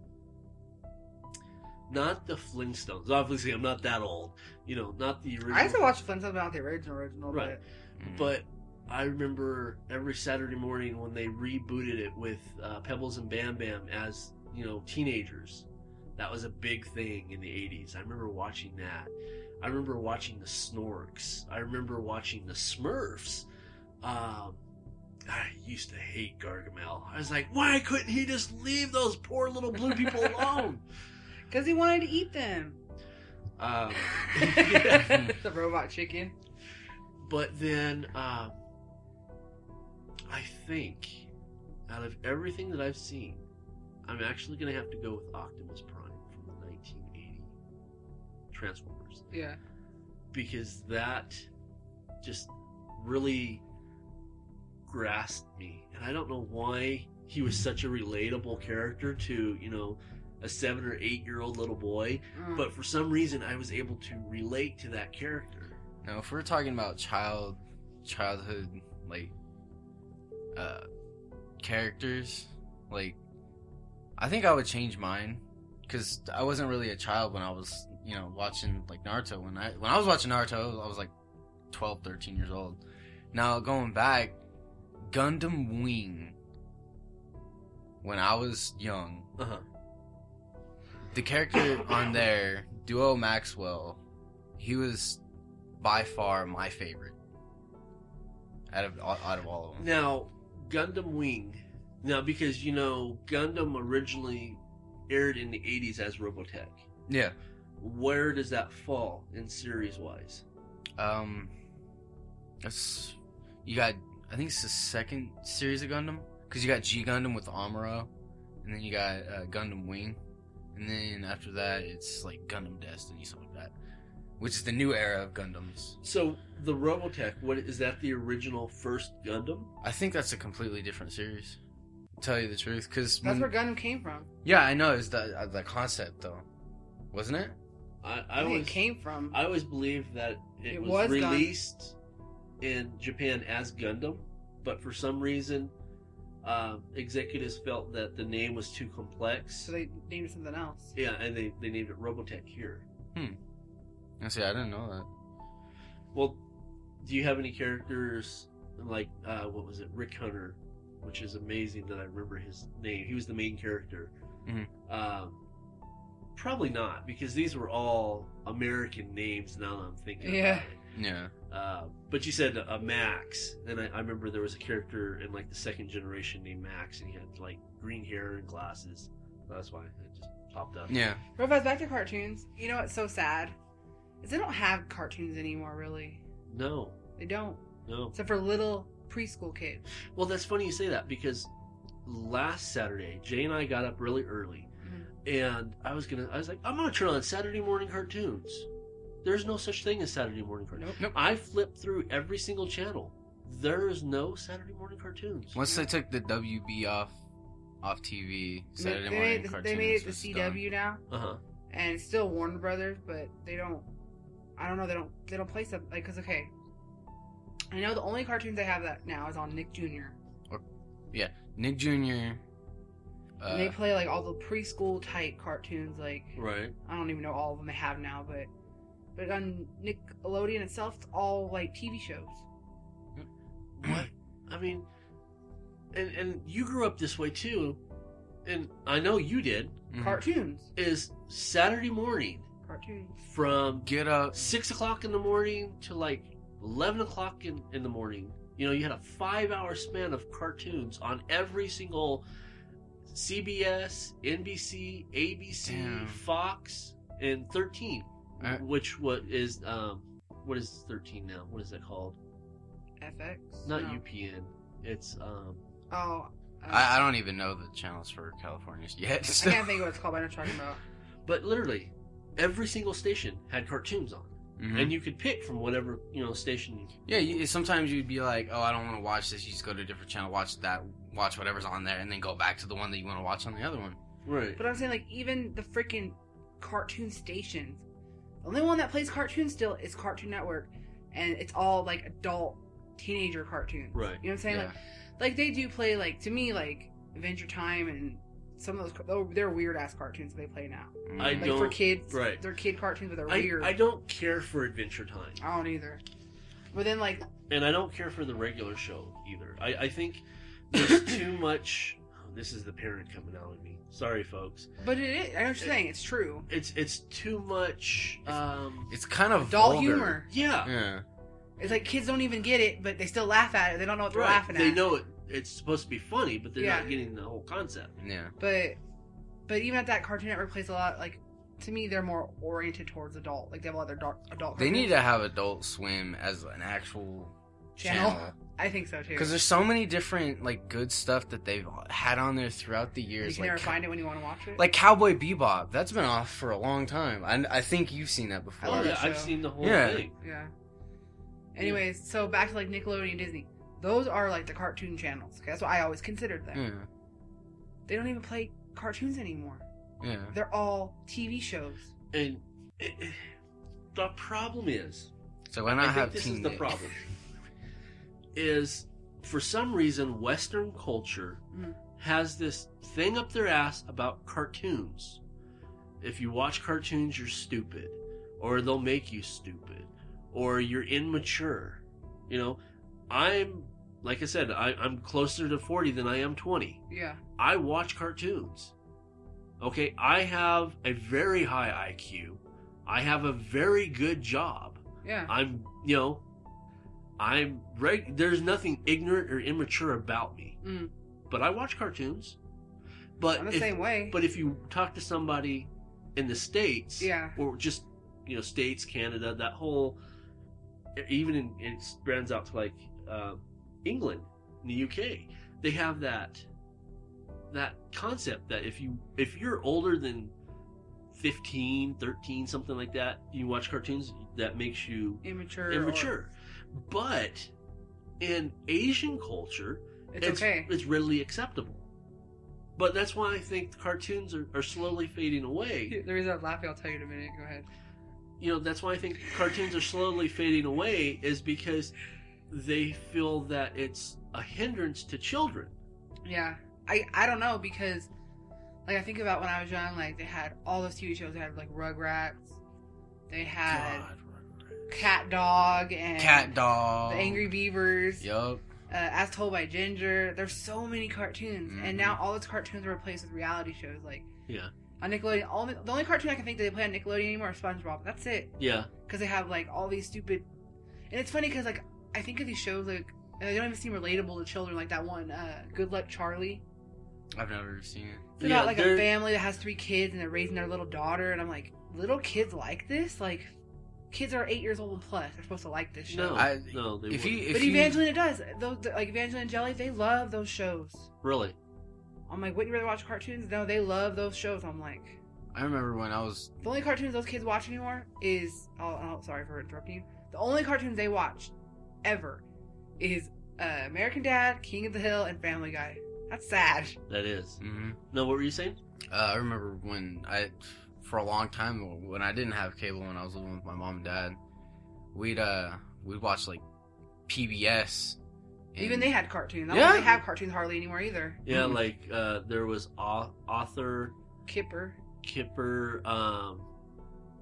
not the Flintstones. Obviously, I'm not that old. You know, not the original.
I used to watch Flintstones, but not the original original.
Right.
Mm.
But I remember every Saturday morning when they rebooted it with uh, Pebbles and Bam Bam as you know teenagers. That was a big thing in the '80s. I remember watching that. I remember watching the Snorks. I remember watching the Smurfs. Um, I used to hate Gargamel. I was like, why couldn't he just leave those poor little blue people alone?
Because he wanted to eat them.
um,
the robot chicken.
But then, um, I think out of everything that I've seen, I'm actually going to have to go with Optimus Prime from the 1980 Transformers
Yeah.
because that just really grasped me. And I don't know why he was such a relatable character to, you know, a seven or eight year old little boy,
Mm.
but for some reason I was able to relate to that character.
Now, if we're talking about child, childhood like uh characters, like I think I would change mine because I wasn't really a child when I was, you know, watching like Naruto. When I when I was watching Naruto, I was like 12, 13 years old. Now going back, Gundam Wing. When I was young,
Uh huh.
the character on there, Duo Maxwell, he was by far my favorite out of out of all of them.
Now, Gundam Wing. Now, because you know, Gundam originally aired in the 80s as Robotech.
Yeah.
Where does that fall in series wise?
Um, that's you got. I think it's the second series of Gundam because you got G Gundam with Amuro, and then you got uh, Gundam Wing, and then after that it's like Gundam Destiny something like that, which is the new era of Gundams.
So, the Robotech, what is that the original first Gundam?
I think that's a completely different series. To tell you the truth, because
That's where Gundam came from.
Yeah, I know. It's the uh, the concept though, wasn't it?
I,
I
I
think
always
it came from.
I always believed that it,
It
was,
was Gundam.
released in Japan as Gundam, but for some reason, um, executives felt that the name was too complex.
so they named it something else.
yeah, and they, they named it Robotech here.
I see. I didn't know that.
Well, do you have any characters like uh, what was it, Rick Hunter, which is amazing that I remember his name. He was the main character.
Mhm.
Um, probably not because these were all American names. Now that I'm thinking
Yeah.
about it.
Yeah.
Uh, but you said a Max, and I, I remember there was a character in like the second generation named Max, and he had like green hair and glasses. That's why it just popped up.
Yeah.
Robots back to cartoons. You know what's so sad? Is they don't have cartoons anymore, really.
No,
They don't.
no.
Except for little preschool kids.
Well, that's funny you say that because last Saturday, Jay and I got up Mm-hmm. really early, and I was gonna, I was like, I'm gonna turn on Saturday morning cartoons, There's no such thing as Saturday morning cartoons.
Nope.
Nope.
I flip through every single channel. There is no Saturday morning cartoons.
Once they took the WB off off TV, Saturday
they,
morning
made it, the-
cartoons.
they made it the
was
CW
done.
now,
Uh huh.
and it's still Warner Brothers, but they don't. I don't know. They don't. They don't play stuff like because okay. I know the only cartoons I have that now is on Nick Jr.
Nick Jr. Uh,
and they play like all the preschool type cartoons. Like
Right.
I don't even know all of them they have now, but but on Nickelodeon itself, it's all like TV shows.
What? I mean, and and you grew up this way too, and I know you did.
mhm.
Cartoons.
Is Saturday morning
Cartoons.
from
Get up.
six o'clock in the morning to like eleven o'clock in, in the morning. You know, you had a five hour span of cartoons on every single CBS, NBC, ABC,
Damn.
Fox, and thirteen.
I-
which what is um what is thirteen now? What is that called?
FX.
Not
No.
UPN. It's um
Oh. uh,
I, I don't even know the channels for California yet.
I
so-
can't think of what it's called. But I know what you're talking about.
but literally every single station had cartoons on.
Mhm.
And you could pick from whatever, you know, station
Yeah, you, sometimes you'd be like, "Oh, I don't want to watch this." You just go to a different channel, watch that, watch whatever's on there, and then go back to the one that you want to watch on the other one.
Right.
But I'm saying, like, even the freaking cartoon stations. The only one that plays cartoons still is Cartoon Network, and it's all like adult teenager cartoons.
Right.
You know what I'm saying?
yeah.
Like, like they do play like to me like Adventure Time and some of those. oh, They're weird ass cartoons they play now.
I
Like
Mm.
for
don't-
kids,
right.
They're kid cartoons, but they're
I,
weird.
I don't care for Adventure Time.
I don't either. But then like
And I don't care for the regular show either. I, I think there's too much oh, this is the parent coming out at me. Sorry folks.
But it is. I know what you're saying. It's true.
It's it's too much um
It's kind of
Adult
vulgar.
humor.
yeah.
Yeah.
It's like kids don't even get it, but they still laugh at it. They don't know what they're
Right.
laughing at.
They know it. It's supposed to be funny, but they're
Yeah.
not getting the whole concept.
Yeah.
But but even at that, Cartoon Network plays a lot. Like to me, they're more oriented towards adult. Like they have a lot of their dark adult.
They
cartoons.
need to have Adult Swim as an actual
Channel?
channel
I think so too.
because there's so many different like good stuff that they've had on there throughout the
you
years.
can
like,
never find it when you want to watch it.
like Cowboy Bebop. That's been off for a long time. I, I think you've seen that before.
I love
Oh, yeah,
that
I've
show.
seen the whole
Yeah.
thing.
yeah. Anyways, so back to like Nickelodeon, and Disney. Those are like the cartoon channels. Okay, that's what I always considered them.
Yeah.
They don't even play cartoons anymore.
Yeah.
They're all TV shows.
And it, it- the problem is,
So why
I,
not
think
have
this
Teen
is the
Nick?
problem, is for some reason Western culture
Mhm.
has this thing up their ass about cartoons. If you watch cartoons, you're stupid, or they'll make you stupid, or you're immature. You know, I'm like I said, I, I'm closer to forty than I am twenty.
Yeah.
I watch cartoons. Okay, I have a very high IQ. I have a very good job.
Yeah.
I'm, you know, I'm right. There's nothing ignorant or immature about me.
Mm.
But I watch cartoons. But
I'm the
if,
same way.
but if you talk to somebody in the states,
Yeah.
or just you know, states, Canada, that whole, even in, it expands out to like um, England, in the UK, they have that that concept that if you if you're older than 15 13 something like that you watch cartoons that makes you
immature. or-
immature but in asian culture
it's, okay.
it's readily acceptable. But that's why I think cartoons are, are slowly fading away.
The reason I'm laughing, I'll tell you in a minute. Go ahead.
You know, that's why I think cartoons are slowly fading away is because they feel that it's a hindrance to children.
Yeah, I I don't know because like I think about when I was young, like they had all those TV shows. They had like Rugrats, they had Cat Dog and
Cat Dog.
the Angry Beavers,
Yup.
uh, As Told by Ginger. There's so many cartoons,
Mhm.
and now all those cartoons are replaced with reality shows. Like
Yeah.
on Nickelodeon, all the, the only cartoon I can think that they play on Nickelodeon anymore is SpongeBob. That's it
Yeah.
because they have like all these stupid. And it's funny because like I think of these shows like they don't even seem relatable to children. Like that one, uh, Good Luck Charlie.
I've never seen it.
It's about
Yeah,
like a
they're-
family that has three kids and they're raising their little daughter, and I'm like, little kids like this? Like, kids are eight years old and plus. They're supposed to like this show.
No.
I-
no, they
if
wouldn't.
you, if
but
you,
Evangelina does. Those like Evangelina and Jelly, they love those shows.
really.
I'm like, wouldn't you rather watch cartoons? No, they love those shows. I'm like,
I remember when I was
The only cartoons those kids watch anymore is oh, oh sorry for interrupting you. The only cartoons they watch ever is uh, American Dad, King of the Hill, and Family Guy. That's sad.
That is.
mm
No, what were you saying?
uh, I remember when I for a long time when I didn't have cable when I was living with my mom and dad, we'd uh we'd watch like PBS. and-
Even they had cartoons. I don't
Yeah.
think they have cartoons hardly anymore either. Mm-hmm.
Yeah,
Mhm.
like uh, there was au- author
Kipper.
Kipper, um,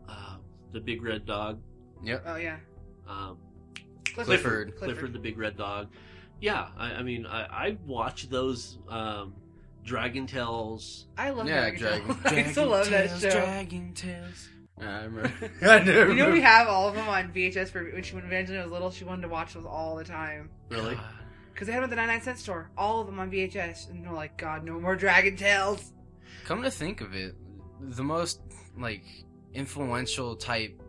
uh, the Big Red Dog,
Yep.
Oh yeah.
um,
Clifford.
Clifford, the Big Red Dog. Yeah, I, I mean, I, I watch those um, Dragon Tales.
I love
yeah,
Dragon.
Dragon.
Tail. I still love that
Tales,
show.
Dragon Tales. Yeah, I remember. I do
You know
remember.
we have all of them on VHS for when she when Evangeline was little. She wanted to watch those all the time
Really?
because they had them at the 99 cent store. All of them on VHS, and they're like, God, no more Dragon Tales.
Come to think of it, the most like influential type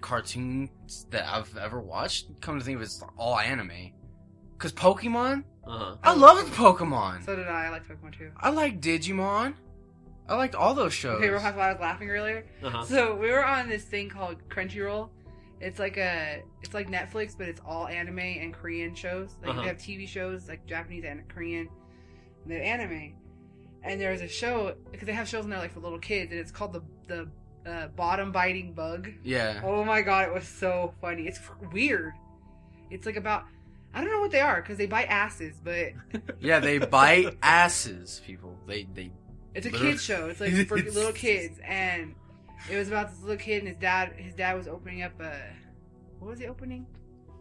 cartoons that I've ever watched. Come to think of it, it's all anime. Cause Pokemon,
Uh huh.
I loved Pokemon.
So did I. I liked Pokemon too.
I liked Digimon. I liked all those shows.
Okay, real fast while I was laughing earlier.
Uh huh.
So we were on this thing called Crunchyroll. It's like a, it's like Netflix, but it's all anime and Korean shows. Like
Uh-huh.
they have TV shows like Japanese and Korean, and they have anime. And there's a show because they have shows in there like for little kids, and it's called the the uh, bottom biting bug.
Yeah.
Oh my god, it was so funny. It's weird. It's like about I don't know what they are because they bite asses, but
Yeah, they bite asses, people. They they
It's a
Literal-
kids show. It's like for little kids, and it was about this little kid and his dad. His dad was opening up a what was he opening?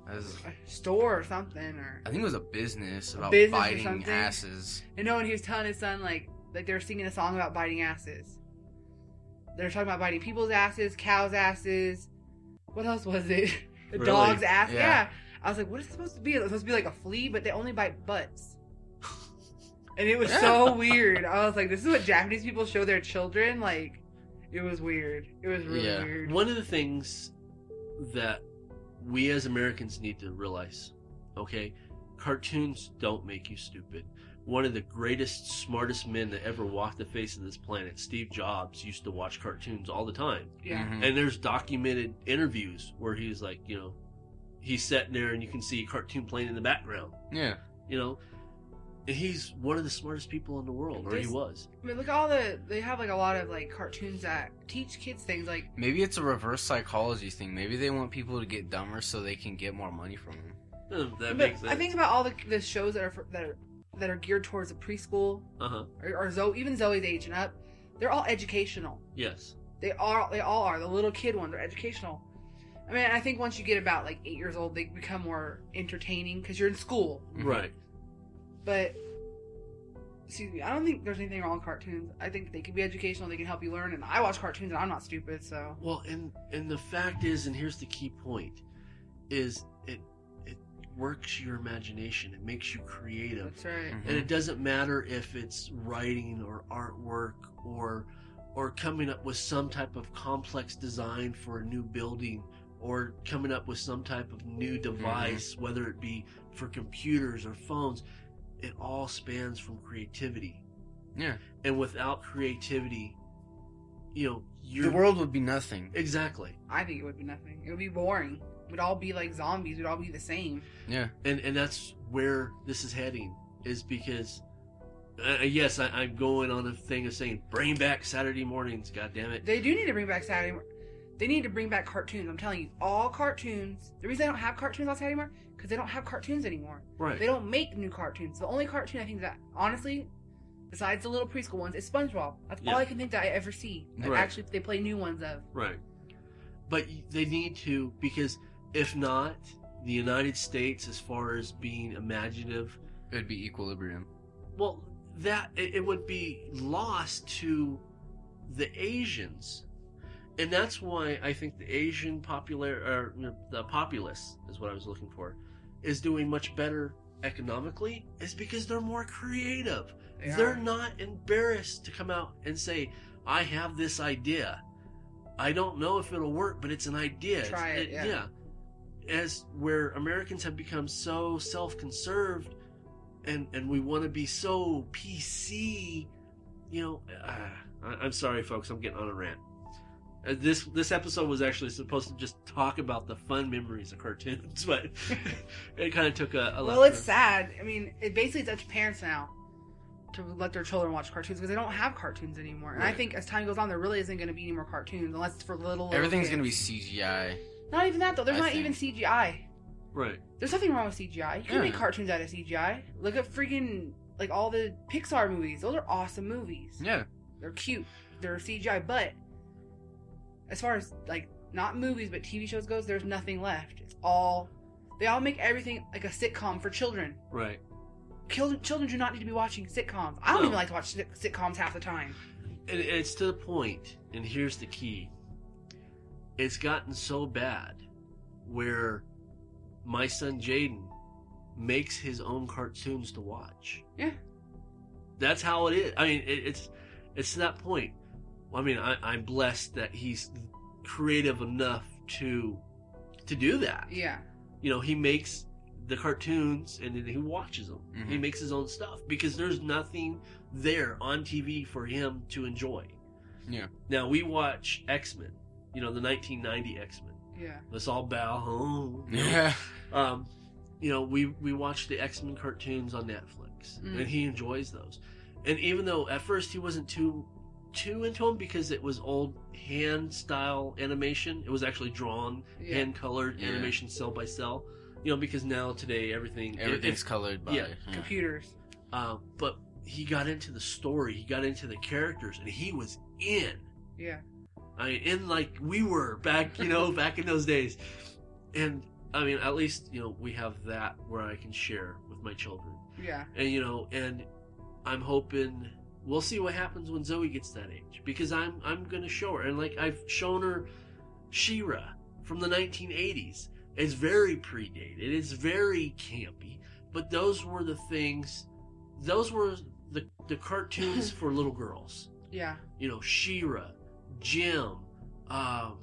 that was-
A store or something, or
I think it was a business about
business or
biting
something.
asses.
and no, and he was telling his son like like they were singing a song about biting asses. They were talking about biting people's asses, cows' asses. What else was it? A
Really?
dog's ass.
Yeah.
Yeah. I was like, what is it supposed to be? It's supposed to be like a flea, but they only bite butts. And it was so weird. I was like, this is what Japanese people show their children. Like, it was weird. It was really
Yeah.
weird.
One of the things that we as Americans need to realize, okay, cartoons don't make you stupid. One of the greatest, smartest men that ever walked the face of this planet, Steve Jobs, used to watch cartoons all the time.
Yeah.
Mhm.
And there's documented interviews where he's like, you know, he's sitting there and you can see a cartoon playing in the background,
Yeah.
you know. And he's one of the smartest people in the world, or he
There's-
was.
I mean, look at all the. They have like a lot of like cartoons that teach kids things. Like,
Maybe it's a reverse psychology thing. Maybe they want people to get dumber so they can get more money from them.
That
but
makes sense.
I think about all the, the shows that are for, that are that are geared towards the preschool
Uh huh.
or, or Zoe, even Zoe's age and up. They're all educational.
Yes.
They are. They all are. The little kid ones are educational. I mean, I think once you get about like eight years old, they become more entertaining because you're in school.
Mhm.
Right.
But excuse me, I don't think there's anything wrong with cartoons. I think they can be educational. They can help you learn. And I watch cartoons, and I'm not stupid, so
Well, and and the fact is, and here's the key point, is it it works your imagination. It makes you creative,
that's right.
Mhm.
and it doesn't matter if it's writing or artwork or or coming up with some type of complex design for a new building or coming up with some type of new
Mm-hmm.
device, whether it be for computers or phones. It all spans from creativity,
Yeah.
and without creativity, you know, your
The world would be nothing.
exactly.
I think it would be nothing. It would be boring. We'd all be like zombies. We'd all be the same.
Yeah.
and and that's where this is heading is because uh, yes I, i'm going on a thing of saying bring back saturday mornings god damn it
They do need to bring back Saturday. Mor- They need to bring back cartoons. I'm telling you, all cartoons. The reason they don't have cartoons on Saturday anymore because they don't have cartoons anymore.
right
They don't make new cartoons. The only cartoon I think that, honestly, besides the little preschool ones, is SpongeBob. That's
Yeah.
all I can think that I ever see. Like,
Right.
Actually, they play new ones of.
right but y- they need to because if not the united states as far as being imaginative
It'd be equilibrium.
well that it, it would be lost to the asians and that's why i think the asian popular or you know, the populace is what i was looking for is doing much better economically is because they're more creative
They
they're
are.
not embarrassed to come out and say i have this idea i don't know if it'll work but it's an idea It's-
Try it, yeah.
as where americans have become so self-conserved and and we want to be so pc you know uh, I, I'm sorry, folks. I'm getting on a rant. Uh, this this episode was actually supposed to just talk about the fun memories of cartoons, but it kind of took a, a
Well,
left
it's
turn.
sad. I mean, it basically it's up to parents now to let their children watch cartoons because they don't have cartoons anymore. And I
Right.
think as time goes on, there really isn't going to be any more cartoons unless it's for little. little
Everything's
kids.
gonna be CGI.
Not even that though. There's
I
not
think.
even CGI.
right.
There's nothing wrong with CGI. You can
Yeah.
make cartoons out of CGI. Look at freaking like all the Pixar movies. Those are awesome movies.
Yeah.
They're cute. They're CGI, but as far as like not movies but TV shows goes, there's nothing left. It's all they all make everything like a sitcom for children.
Right.
Children, children do not need to be watching sitcoms. I don't
No.
even like to watch sit- sitcoms half the time.
And it's to the point, and here's the key. It's gotten so bad where my son Jaden makes his own cartoons to watch.
Yeah.
That's how it is. I mean, it, it's it's to that point. I mean, I, I'm blessed that he's creative enough to to do that.
Yeah,
you know, he makes the cartoons and then he watches them. He
Mhm.
makes his own stuff because there's nothing there on TV for him to enjoy.
Yeah.
Now we watch X Men, you know, the 1990 X Men.
yeah.
Let's all bow home. you know.
Yeah.
Um, you know, we we watch the X Men cartoons on Netflix,
Mm.
and he enjoys those. And even though at first he wasn't too too into them because it was old hand style animation, it was actually drawn
yeah.
hand colored
Yeah.
animation cell by cell. You know, because now today everything it-
Everything's colored by.
yeah.
Computers.
it's- uh, but he got into the story, he got into the characters, and he was in.
Yeah.
I mean, in like we were back, you know, back in those days. And I mean, at least you know we have that where I can share with my children,
Yeah.
and you know, and I'm hoping we'll see what happens when Zoe gets that age because I'm I'm gonna show her, and like I've shown her Shira from the 1980s. It's very predated. It's very campy. But those were the things. Those were the the cartoons for little girls
Yeah.
you know, Shira, Jim, um,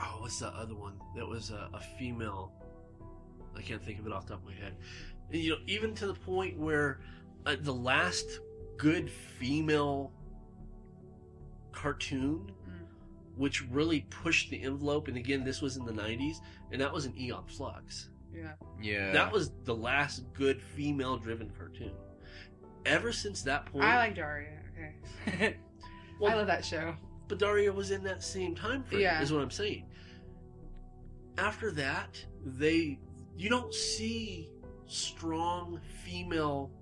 oh, what's that other one that was a, a female? I can't think of it off the top of my head. And, you know, even to the point where uh, the last good female cartoon,
Mm.
which really pushed the envelope, and again, this was in the '90s, and that was an Eon Flux.
Yeah.
Yeah.
That was the last good female-driven cartoon. Ever since that point,
I like Daria. Okay.
Well,
I love that show.
But Daria was in that same time frame,
Yeah.
is what I'm saying. After that, they you don't see strong female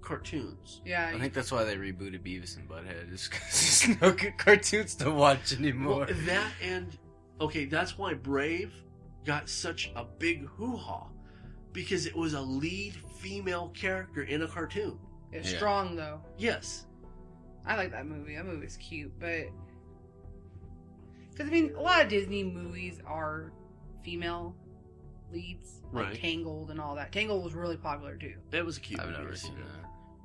cartoons.
Yeah.
I think that's why they rebooted Beavis and Butthead. Is 'cause there's no good cartoons to watch
Well,
anymore.
that and okay, that's why Brave got such a big hoo-ha because it was a lead female character in a cartoon.
it's
Yeah.
strong though.
Yes,
I like that movie. That movie's cute, but because I mean, a lot of Disney movies are female leads, like
Right.
Tangled and all that. Tangled was really popular too.
it was a cute.
I've
movie,
never
I've
seen
it.
that.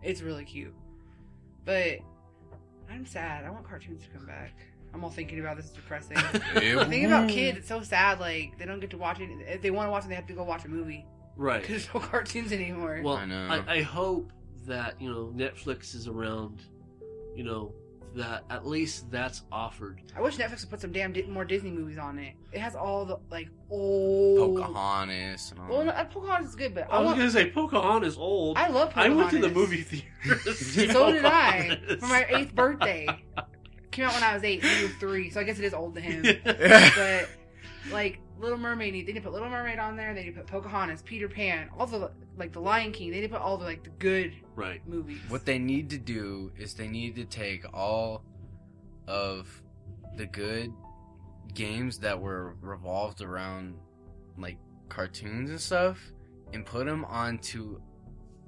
It's really cute, but I'm sad. I want cartoons to come back. I'm all thinking about this. It's depressing. the thing about kids, it's so sad. Like they don't get to watch it. If they want to watch it, they have to go watch a movie
Right.
because there's no cartoons anymore.
Well,
I
I,
know.
I, hope that you know Netflix is around. You know that at least that's offered.
I wish Netflix would put some damn di- more Disney movies on it. It has all the like old.
Pocahontas. And all
Well, no,
that.
uh, Pocahontas is good, but
I
I,
was
want,
gonna say Pocahontas old. I,
I love Pocahontas.
went to the movie theater. to see
So did I
Pocahontas.
for my eighth birthday. Came out when I was eight. He was three, so I guess it is old to him. But like Little Mermaid, they need to put Little Mermaid on there. They need to put Pocahontas, Peter Pan, all the like the Lion King. They need to put all the like the good
right.
movies.
What they need to do is they need to take all of the good games that were revolved around like cartoons and stuff and put them onto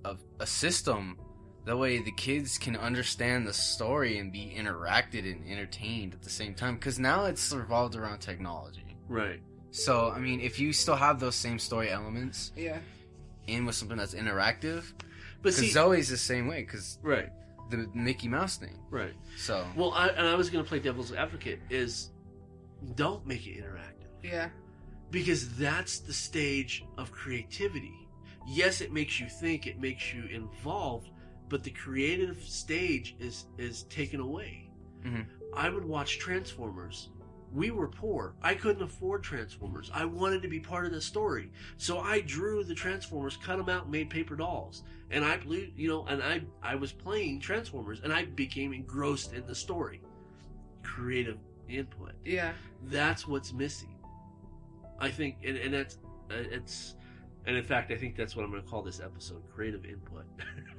a, a system that way the kids can understand the story and be interacted and entertained at the same time because now it's revolved around technology
Right.
so i mean if you still have those same story elements
Yeah,
in with something that's interactive
But see.
because zoe's the same way because
right.
the mickey mouse thing
Right.
so
Well, I, and I was gonna play devil's advocate. Is don't make it interactive.
yeah,
because that's the stage of creativity. Yes, it makes you think, it makes you involved, but the creative stage is is taken away.
Mhm.
I would watch Transformers. We were poor. I couldn't afford Transformers. I wanted to be part of the story, so I drew the Transformers, cut them out, made paper dolls, and I blew, you know, and I I was playing Transformers, and I became engrossed in the story. Creative input
Yeah.
that's what's missing. I think, and, and that's uh, it's, and in fact, I think that's what I'm going to call this episode: creative input.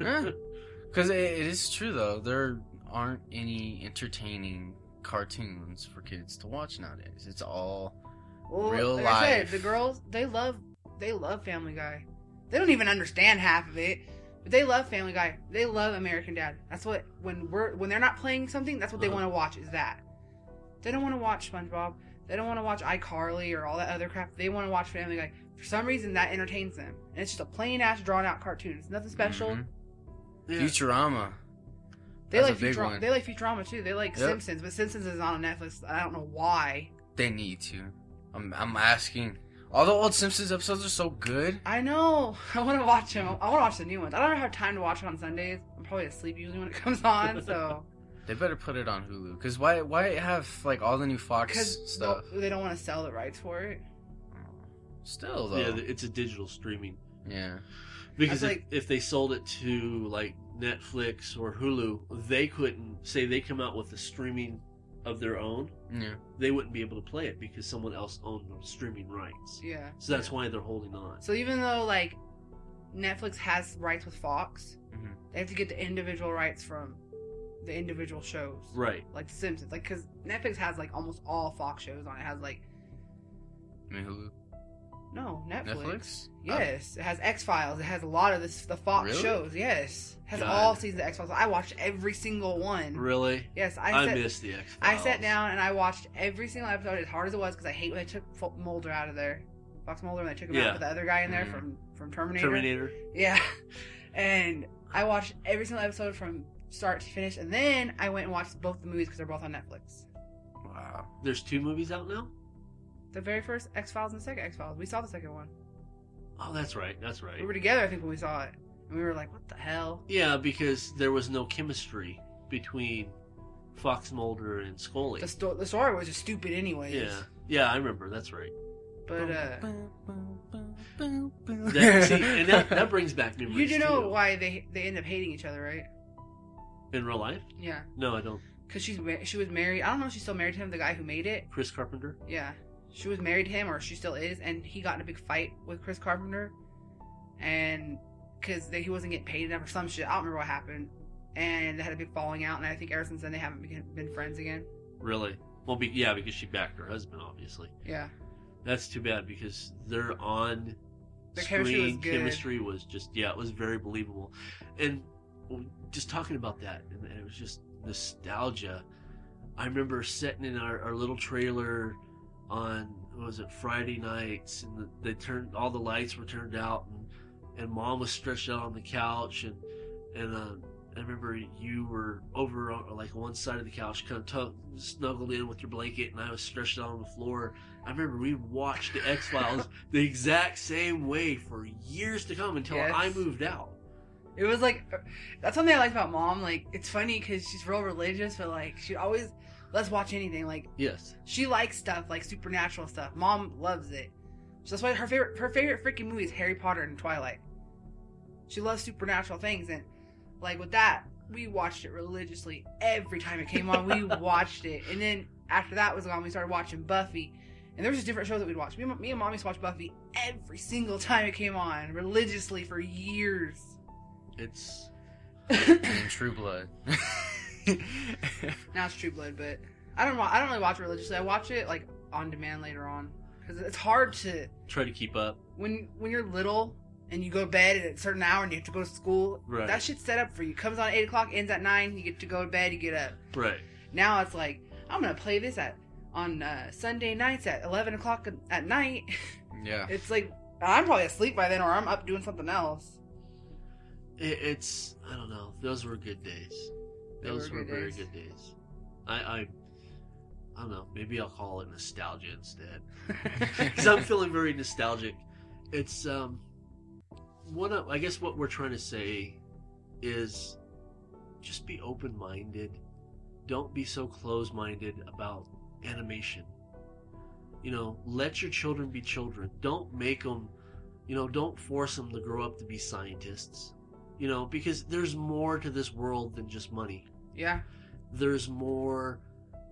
Yeah. Because it, it is true though, there aren't any entertaining cartoons for kids to watch nowadays. It's all
Well,
Real
like I
life.
said, the girls they love they love Family Guy. They don't even understand half of it, but they love Family Guy. They love American Dad. That's what when we're when they're not playing something, that's what they
Uh-huh.
want to watch is that. They don't want to watch SpongeBob. They don't want to watch iCarly or all that other crap. They want to watch Family Guy. For some reason, that entertains them, and it's just a plain ass drawn out cartoon. It's nothing special.
Mhm.
Yeah.
Futurama.
They
That's a
like
big
Futurama.
one.
They like Futurama too. They like
Yep.
Simpsons, but Simpsons is not on Netflix. I don't know why.
They need to. I'm, I'm asking. All the old Simpsons episodes are so good.
I know. I want to watch them. I want to watch the new ones. I don't have time to watch it on Sundays. I'm probably asleep usually when it comes on. So
They better put it on Hulu. Cause why why have like all the new Fox
because
stuff?
they don't want to sell the rights for it.
Still though.
yeah,
Yeah.
it's a digital streaming because if,
That's like-
if they sold it to like Netflix or Hulu, they couldn't say they come out with a streaming of their own.
Yeah.
They wouldn't be able to play it because someone else owned the streaming rights.
Yeah.
So that's why they're holding on.
So even though like Netflix has rights with Fox,
Mhm.
they have to get the individual rights from the individual shows,
Right.
like The Simpsons, like because Netflix has like almost all Fox shows on it. it has like
I mean Hulu.
no Netflix.
Netflix?
Yes, it has X Files. It has a lot of this, the Fox
Really?
shows. Yes, it has
God.
all seasons of X Files. I watched every single one.
Really.
Yes, I,
I,
sat,
miss the X.
I sat down and I watched every single episode as hard as it was because I hate when they took Fo- Mulder out of there, Fox Mulder, and they took him
Yeah.
out with the other guy in there
Mhm.
from from Terminator.
Terminator.
Yeah, and I watched every single episode from start to finish, and then I went and watched both the movies because they're both on Netflix.
Wow.
There's two movies out now.
The very first X Files and the second X Files. We saw the second one.
Oh, that's right. That's right.
We were together, I think, when we saw it, and we were like, "What the hell?"
Yeah, because there was no chemistry between Fox Mulder and Scully.
The, sto- the story was just stupid, anyways.
yeah, yeah, I remember. That's right.
But uh,
That, see, and that, that brings back memories.
you do know
too.
why they they end up hating each other, right?
In real life?
Yeah.
No, I don't.
Cause she's ma- she was married. I don't know if she's still married to him, the guy who made it.
Chris Carpenter.
Yeah, she was married to him, or she still is, and he got in a big fight with Chris Carpenter, and cause they, he wasn't getting paid enough or some shit. I don't remember what happened, and they had a big falling out, and I think ever since then they haven't been, been friends again.
Really? Well, be, yeah, because she backed her husband, obviously.
Yeah,
That's too bad because they're on
Their
screen.
chemistry was good.
chemistry was just yeah, it was very believable, and just talking about that, and and it was just nostalgia. I remember sitting in our, our little trailer on what was it Friday nights, and the, they turned all the lights were turned out, and and mom was stretched out on the couch, and and um, I remember you were over on like one side of the couch, kind of tucked, snuggled in with your blanket, and I was stretched out on the floor. I remember we watched the X Files the exact same way for years to come until
Yes.
I moved out.
it was like uh, that's something I liked about mom. Like it's funny because she's real religious, but like she always let's watch anything. Like
Yes.
She likes stuff like supernatural stuff. Mom loves it. So that's why her favorite her favorite freaking movie is Harry Potter and Twilight. She loves supernatural things and like with that, we watched it religiously every time it came on. we watched it, and then after that was gone, we started watching Buffy. And there was just different shows that we'd watch. Me, and- me and mom used to watch Buffy every single time it came on, religiously for years.
It's
And True Blood.
Now it's True Blood, but I don't. Wa- I don't really watch it religiously. I watch it like on demand later on because it's hard to
try to keep up.
when when you're little and you go to bed at a certain hour and you have to go to school,
Right.
that shit's set up for you. Comes on at eight o'clock, ends at nine. You get to go to bed. You get up.
Right.
Now it's like I'm gonna play this at on uh, Sunday nights at eleven o'clock at night.
yeah.
it's like I'm probably asleep by then, or I'm up doing something else.
It, it's I don't know. Those were good days.
They
Those
were
were,
good
very
days.
good days. I, I I don't know. Maybe I'll call it nostalgia instead. because I'm feeling very nostalgic. It's um, one of I guess what we're trying to say is just be open minded. Don't be so close minded about animation. You know, let your children be children. Don't make them, you know, don't force them to grow up to be scientists. You know, because there's more to this world than just money.
Yeah.
There's more,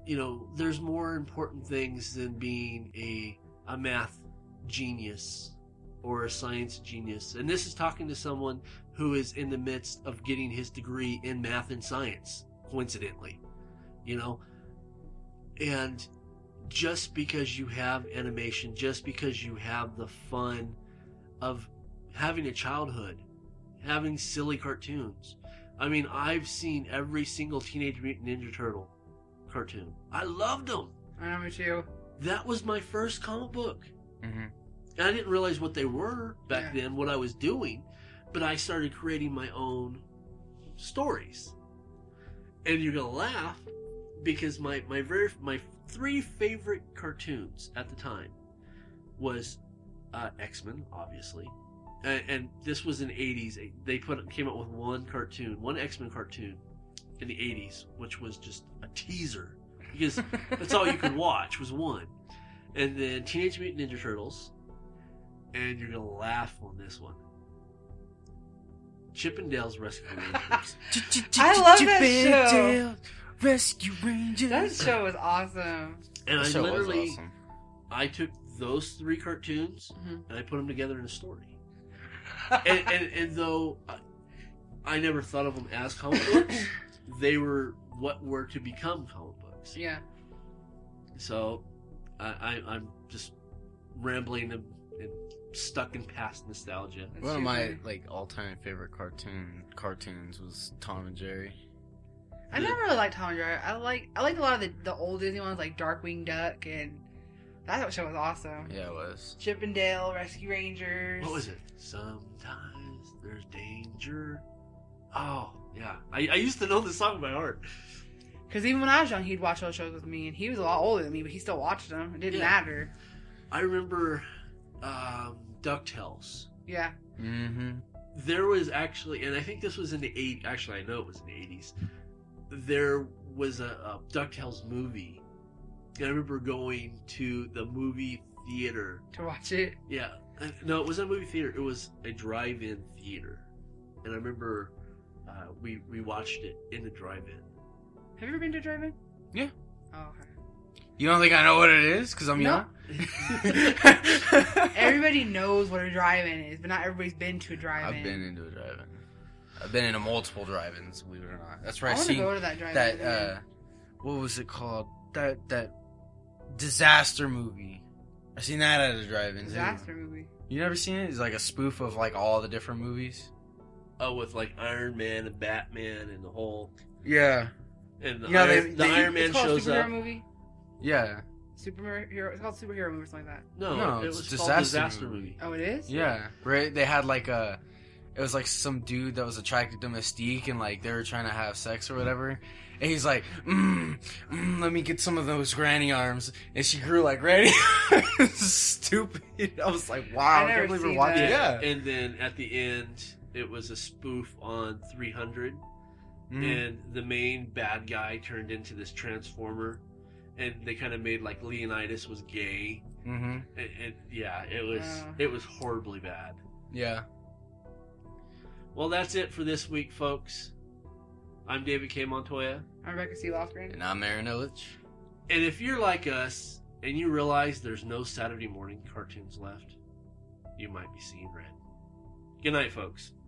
you know, there's more important things than being a a math genius or a science genius. And this is talking to someone who is in the midst of getting his degree in math and science, coincidentally, you know? And just because you have animation, just because you have the fun of having a childhood, having silly cartoons. I mean, I've seen every single Teenage Mutant Ninja Turtle cartoon. I loved them.
I know me too.
That was my first comic book.
Mm-hmm.
And I didn't realize what they were back then, what I was doing, but I started creating my own stories. And you're gonna laugh because my my very my three favorite cartoons at the time was uh, X Men, obviously, and, and this was in '80s. They put came out with one cartoon, one X Men cartoon in the '80s, which was just a teaser because that's all you could watch was one. And then Teenage Mutant Ninja Turtles. And you're gonna laugh on this one. Chippendales Rescue Rangers.
I love that show.
Chippendale Rescue Rangers.
That show was awesome.
and I
That show was
literally
awesome.
I took those three cartoons and I put them together in a story. and, and and though I, I never thought of them as comic books, they were what were to become comic books.
Yeah.
So I, I I'm just rambling and, and stuck in past nostalgia.
that's
One of
too
my
funny.
like all-time favorite cartoon cartoons was Tom and Jerry.
I never really liked Tom and Jerry. I like I liked a lot of the, the old Disney ones like Darkwing Duck and that show was awesome.
Yeah, it was.
Chippendale Rescue Rangers.
What was it? Sometimes there's danger. Oh yeah, I, I used to know this song by heart.
Because even when I was young, he'd watch those shows with me, and he was a lot older than me, but he still watched them. It didn't
Yeah.
matter.
I remember um, Ducktales.
Yeah.
Mm-hmm.
There was actually, and I think this was in the eight. Actually, I know it was in the eighties. There was a, a Ducktales movie. And I remember going to the movie theater.
To watch it.
Yeah, Uh, no, it wasn't a movie theater. It was a drive-in theater, and I remember uh, we we watched it in the drive-in.
Have you ever been to a drive-in?
Yeah.
Oh, okay.
You don't think I know what it is? Cause I'm
No.
young.
Everybody knows what a drive-in is, but not everybody's been to a drive-in.
I've been into a drive-in. I've been into multiple drive-ins, believe it or not. That's where
I
I,
want to
seen
go to that drive-in.
that. uh What was it called? That that disaster movie. I seen that at a drive-in. too.
disaster movie.
You never seen it? It's like a spoof of like all the different movies.
Oh, with like Iron Man and Batman and the whole
Yeah.
and the,
Yeah, they-
Iron, the
they-
Iron Man
it's called
shows
a superhero
up.
movie.
Yeah.
Superhero. It's called superhero movie or something like that.
No,
No,
it
it's
was
disaster
called Disaster
movie.
Movie.
Oh, it is.
Yeah, right. They had like a, it was like some dude that was attracted to Mystique, and like they were trying to have sex or whatever. And he's like, mm, mm, "Let me get some of those granny arms," and she grew like granny. arms. Stupid. I was like, "Wow,
I
I,
never
can't believe we're
seen
watching."
that.
Oh, Yeah.
And then at the end, it was a spoof on 300,
Mm.
and the main bad guy turned into this transformer, and they kind of made like Leonidas was gay.
hmm
And, and yeah, it was
Yeah.
it was horribly bad.
Yeah.
Well, that's it for this week, folks. I'm David K. Montoya.
I'm Rebecca C. Lofgren.
And I'm Aaron Illich.
And if you're like us and you realize there's no Saturday morning cartoons left, you might be seeing red. Good night, folks.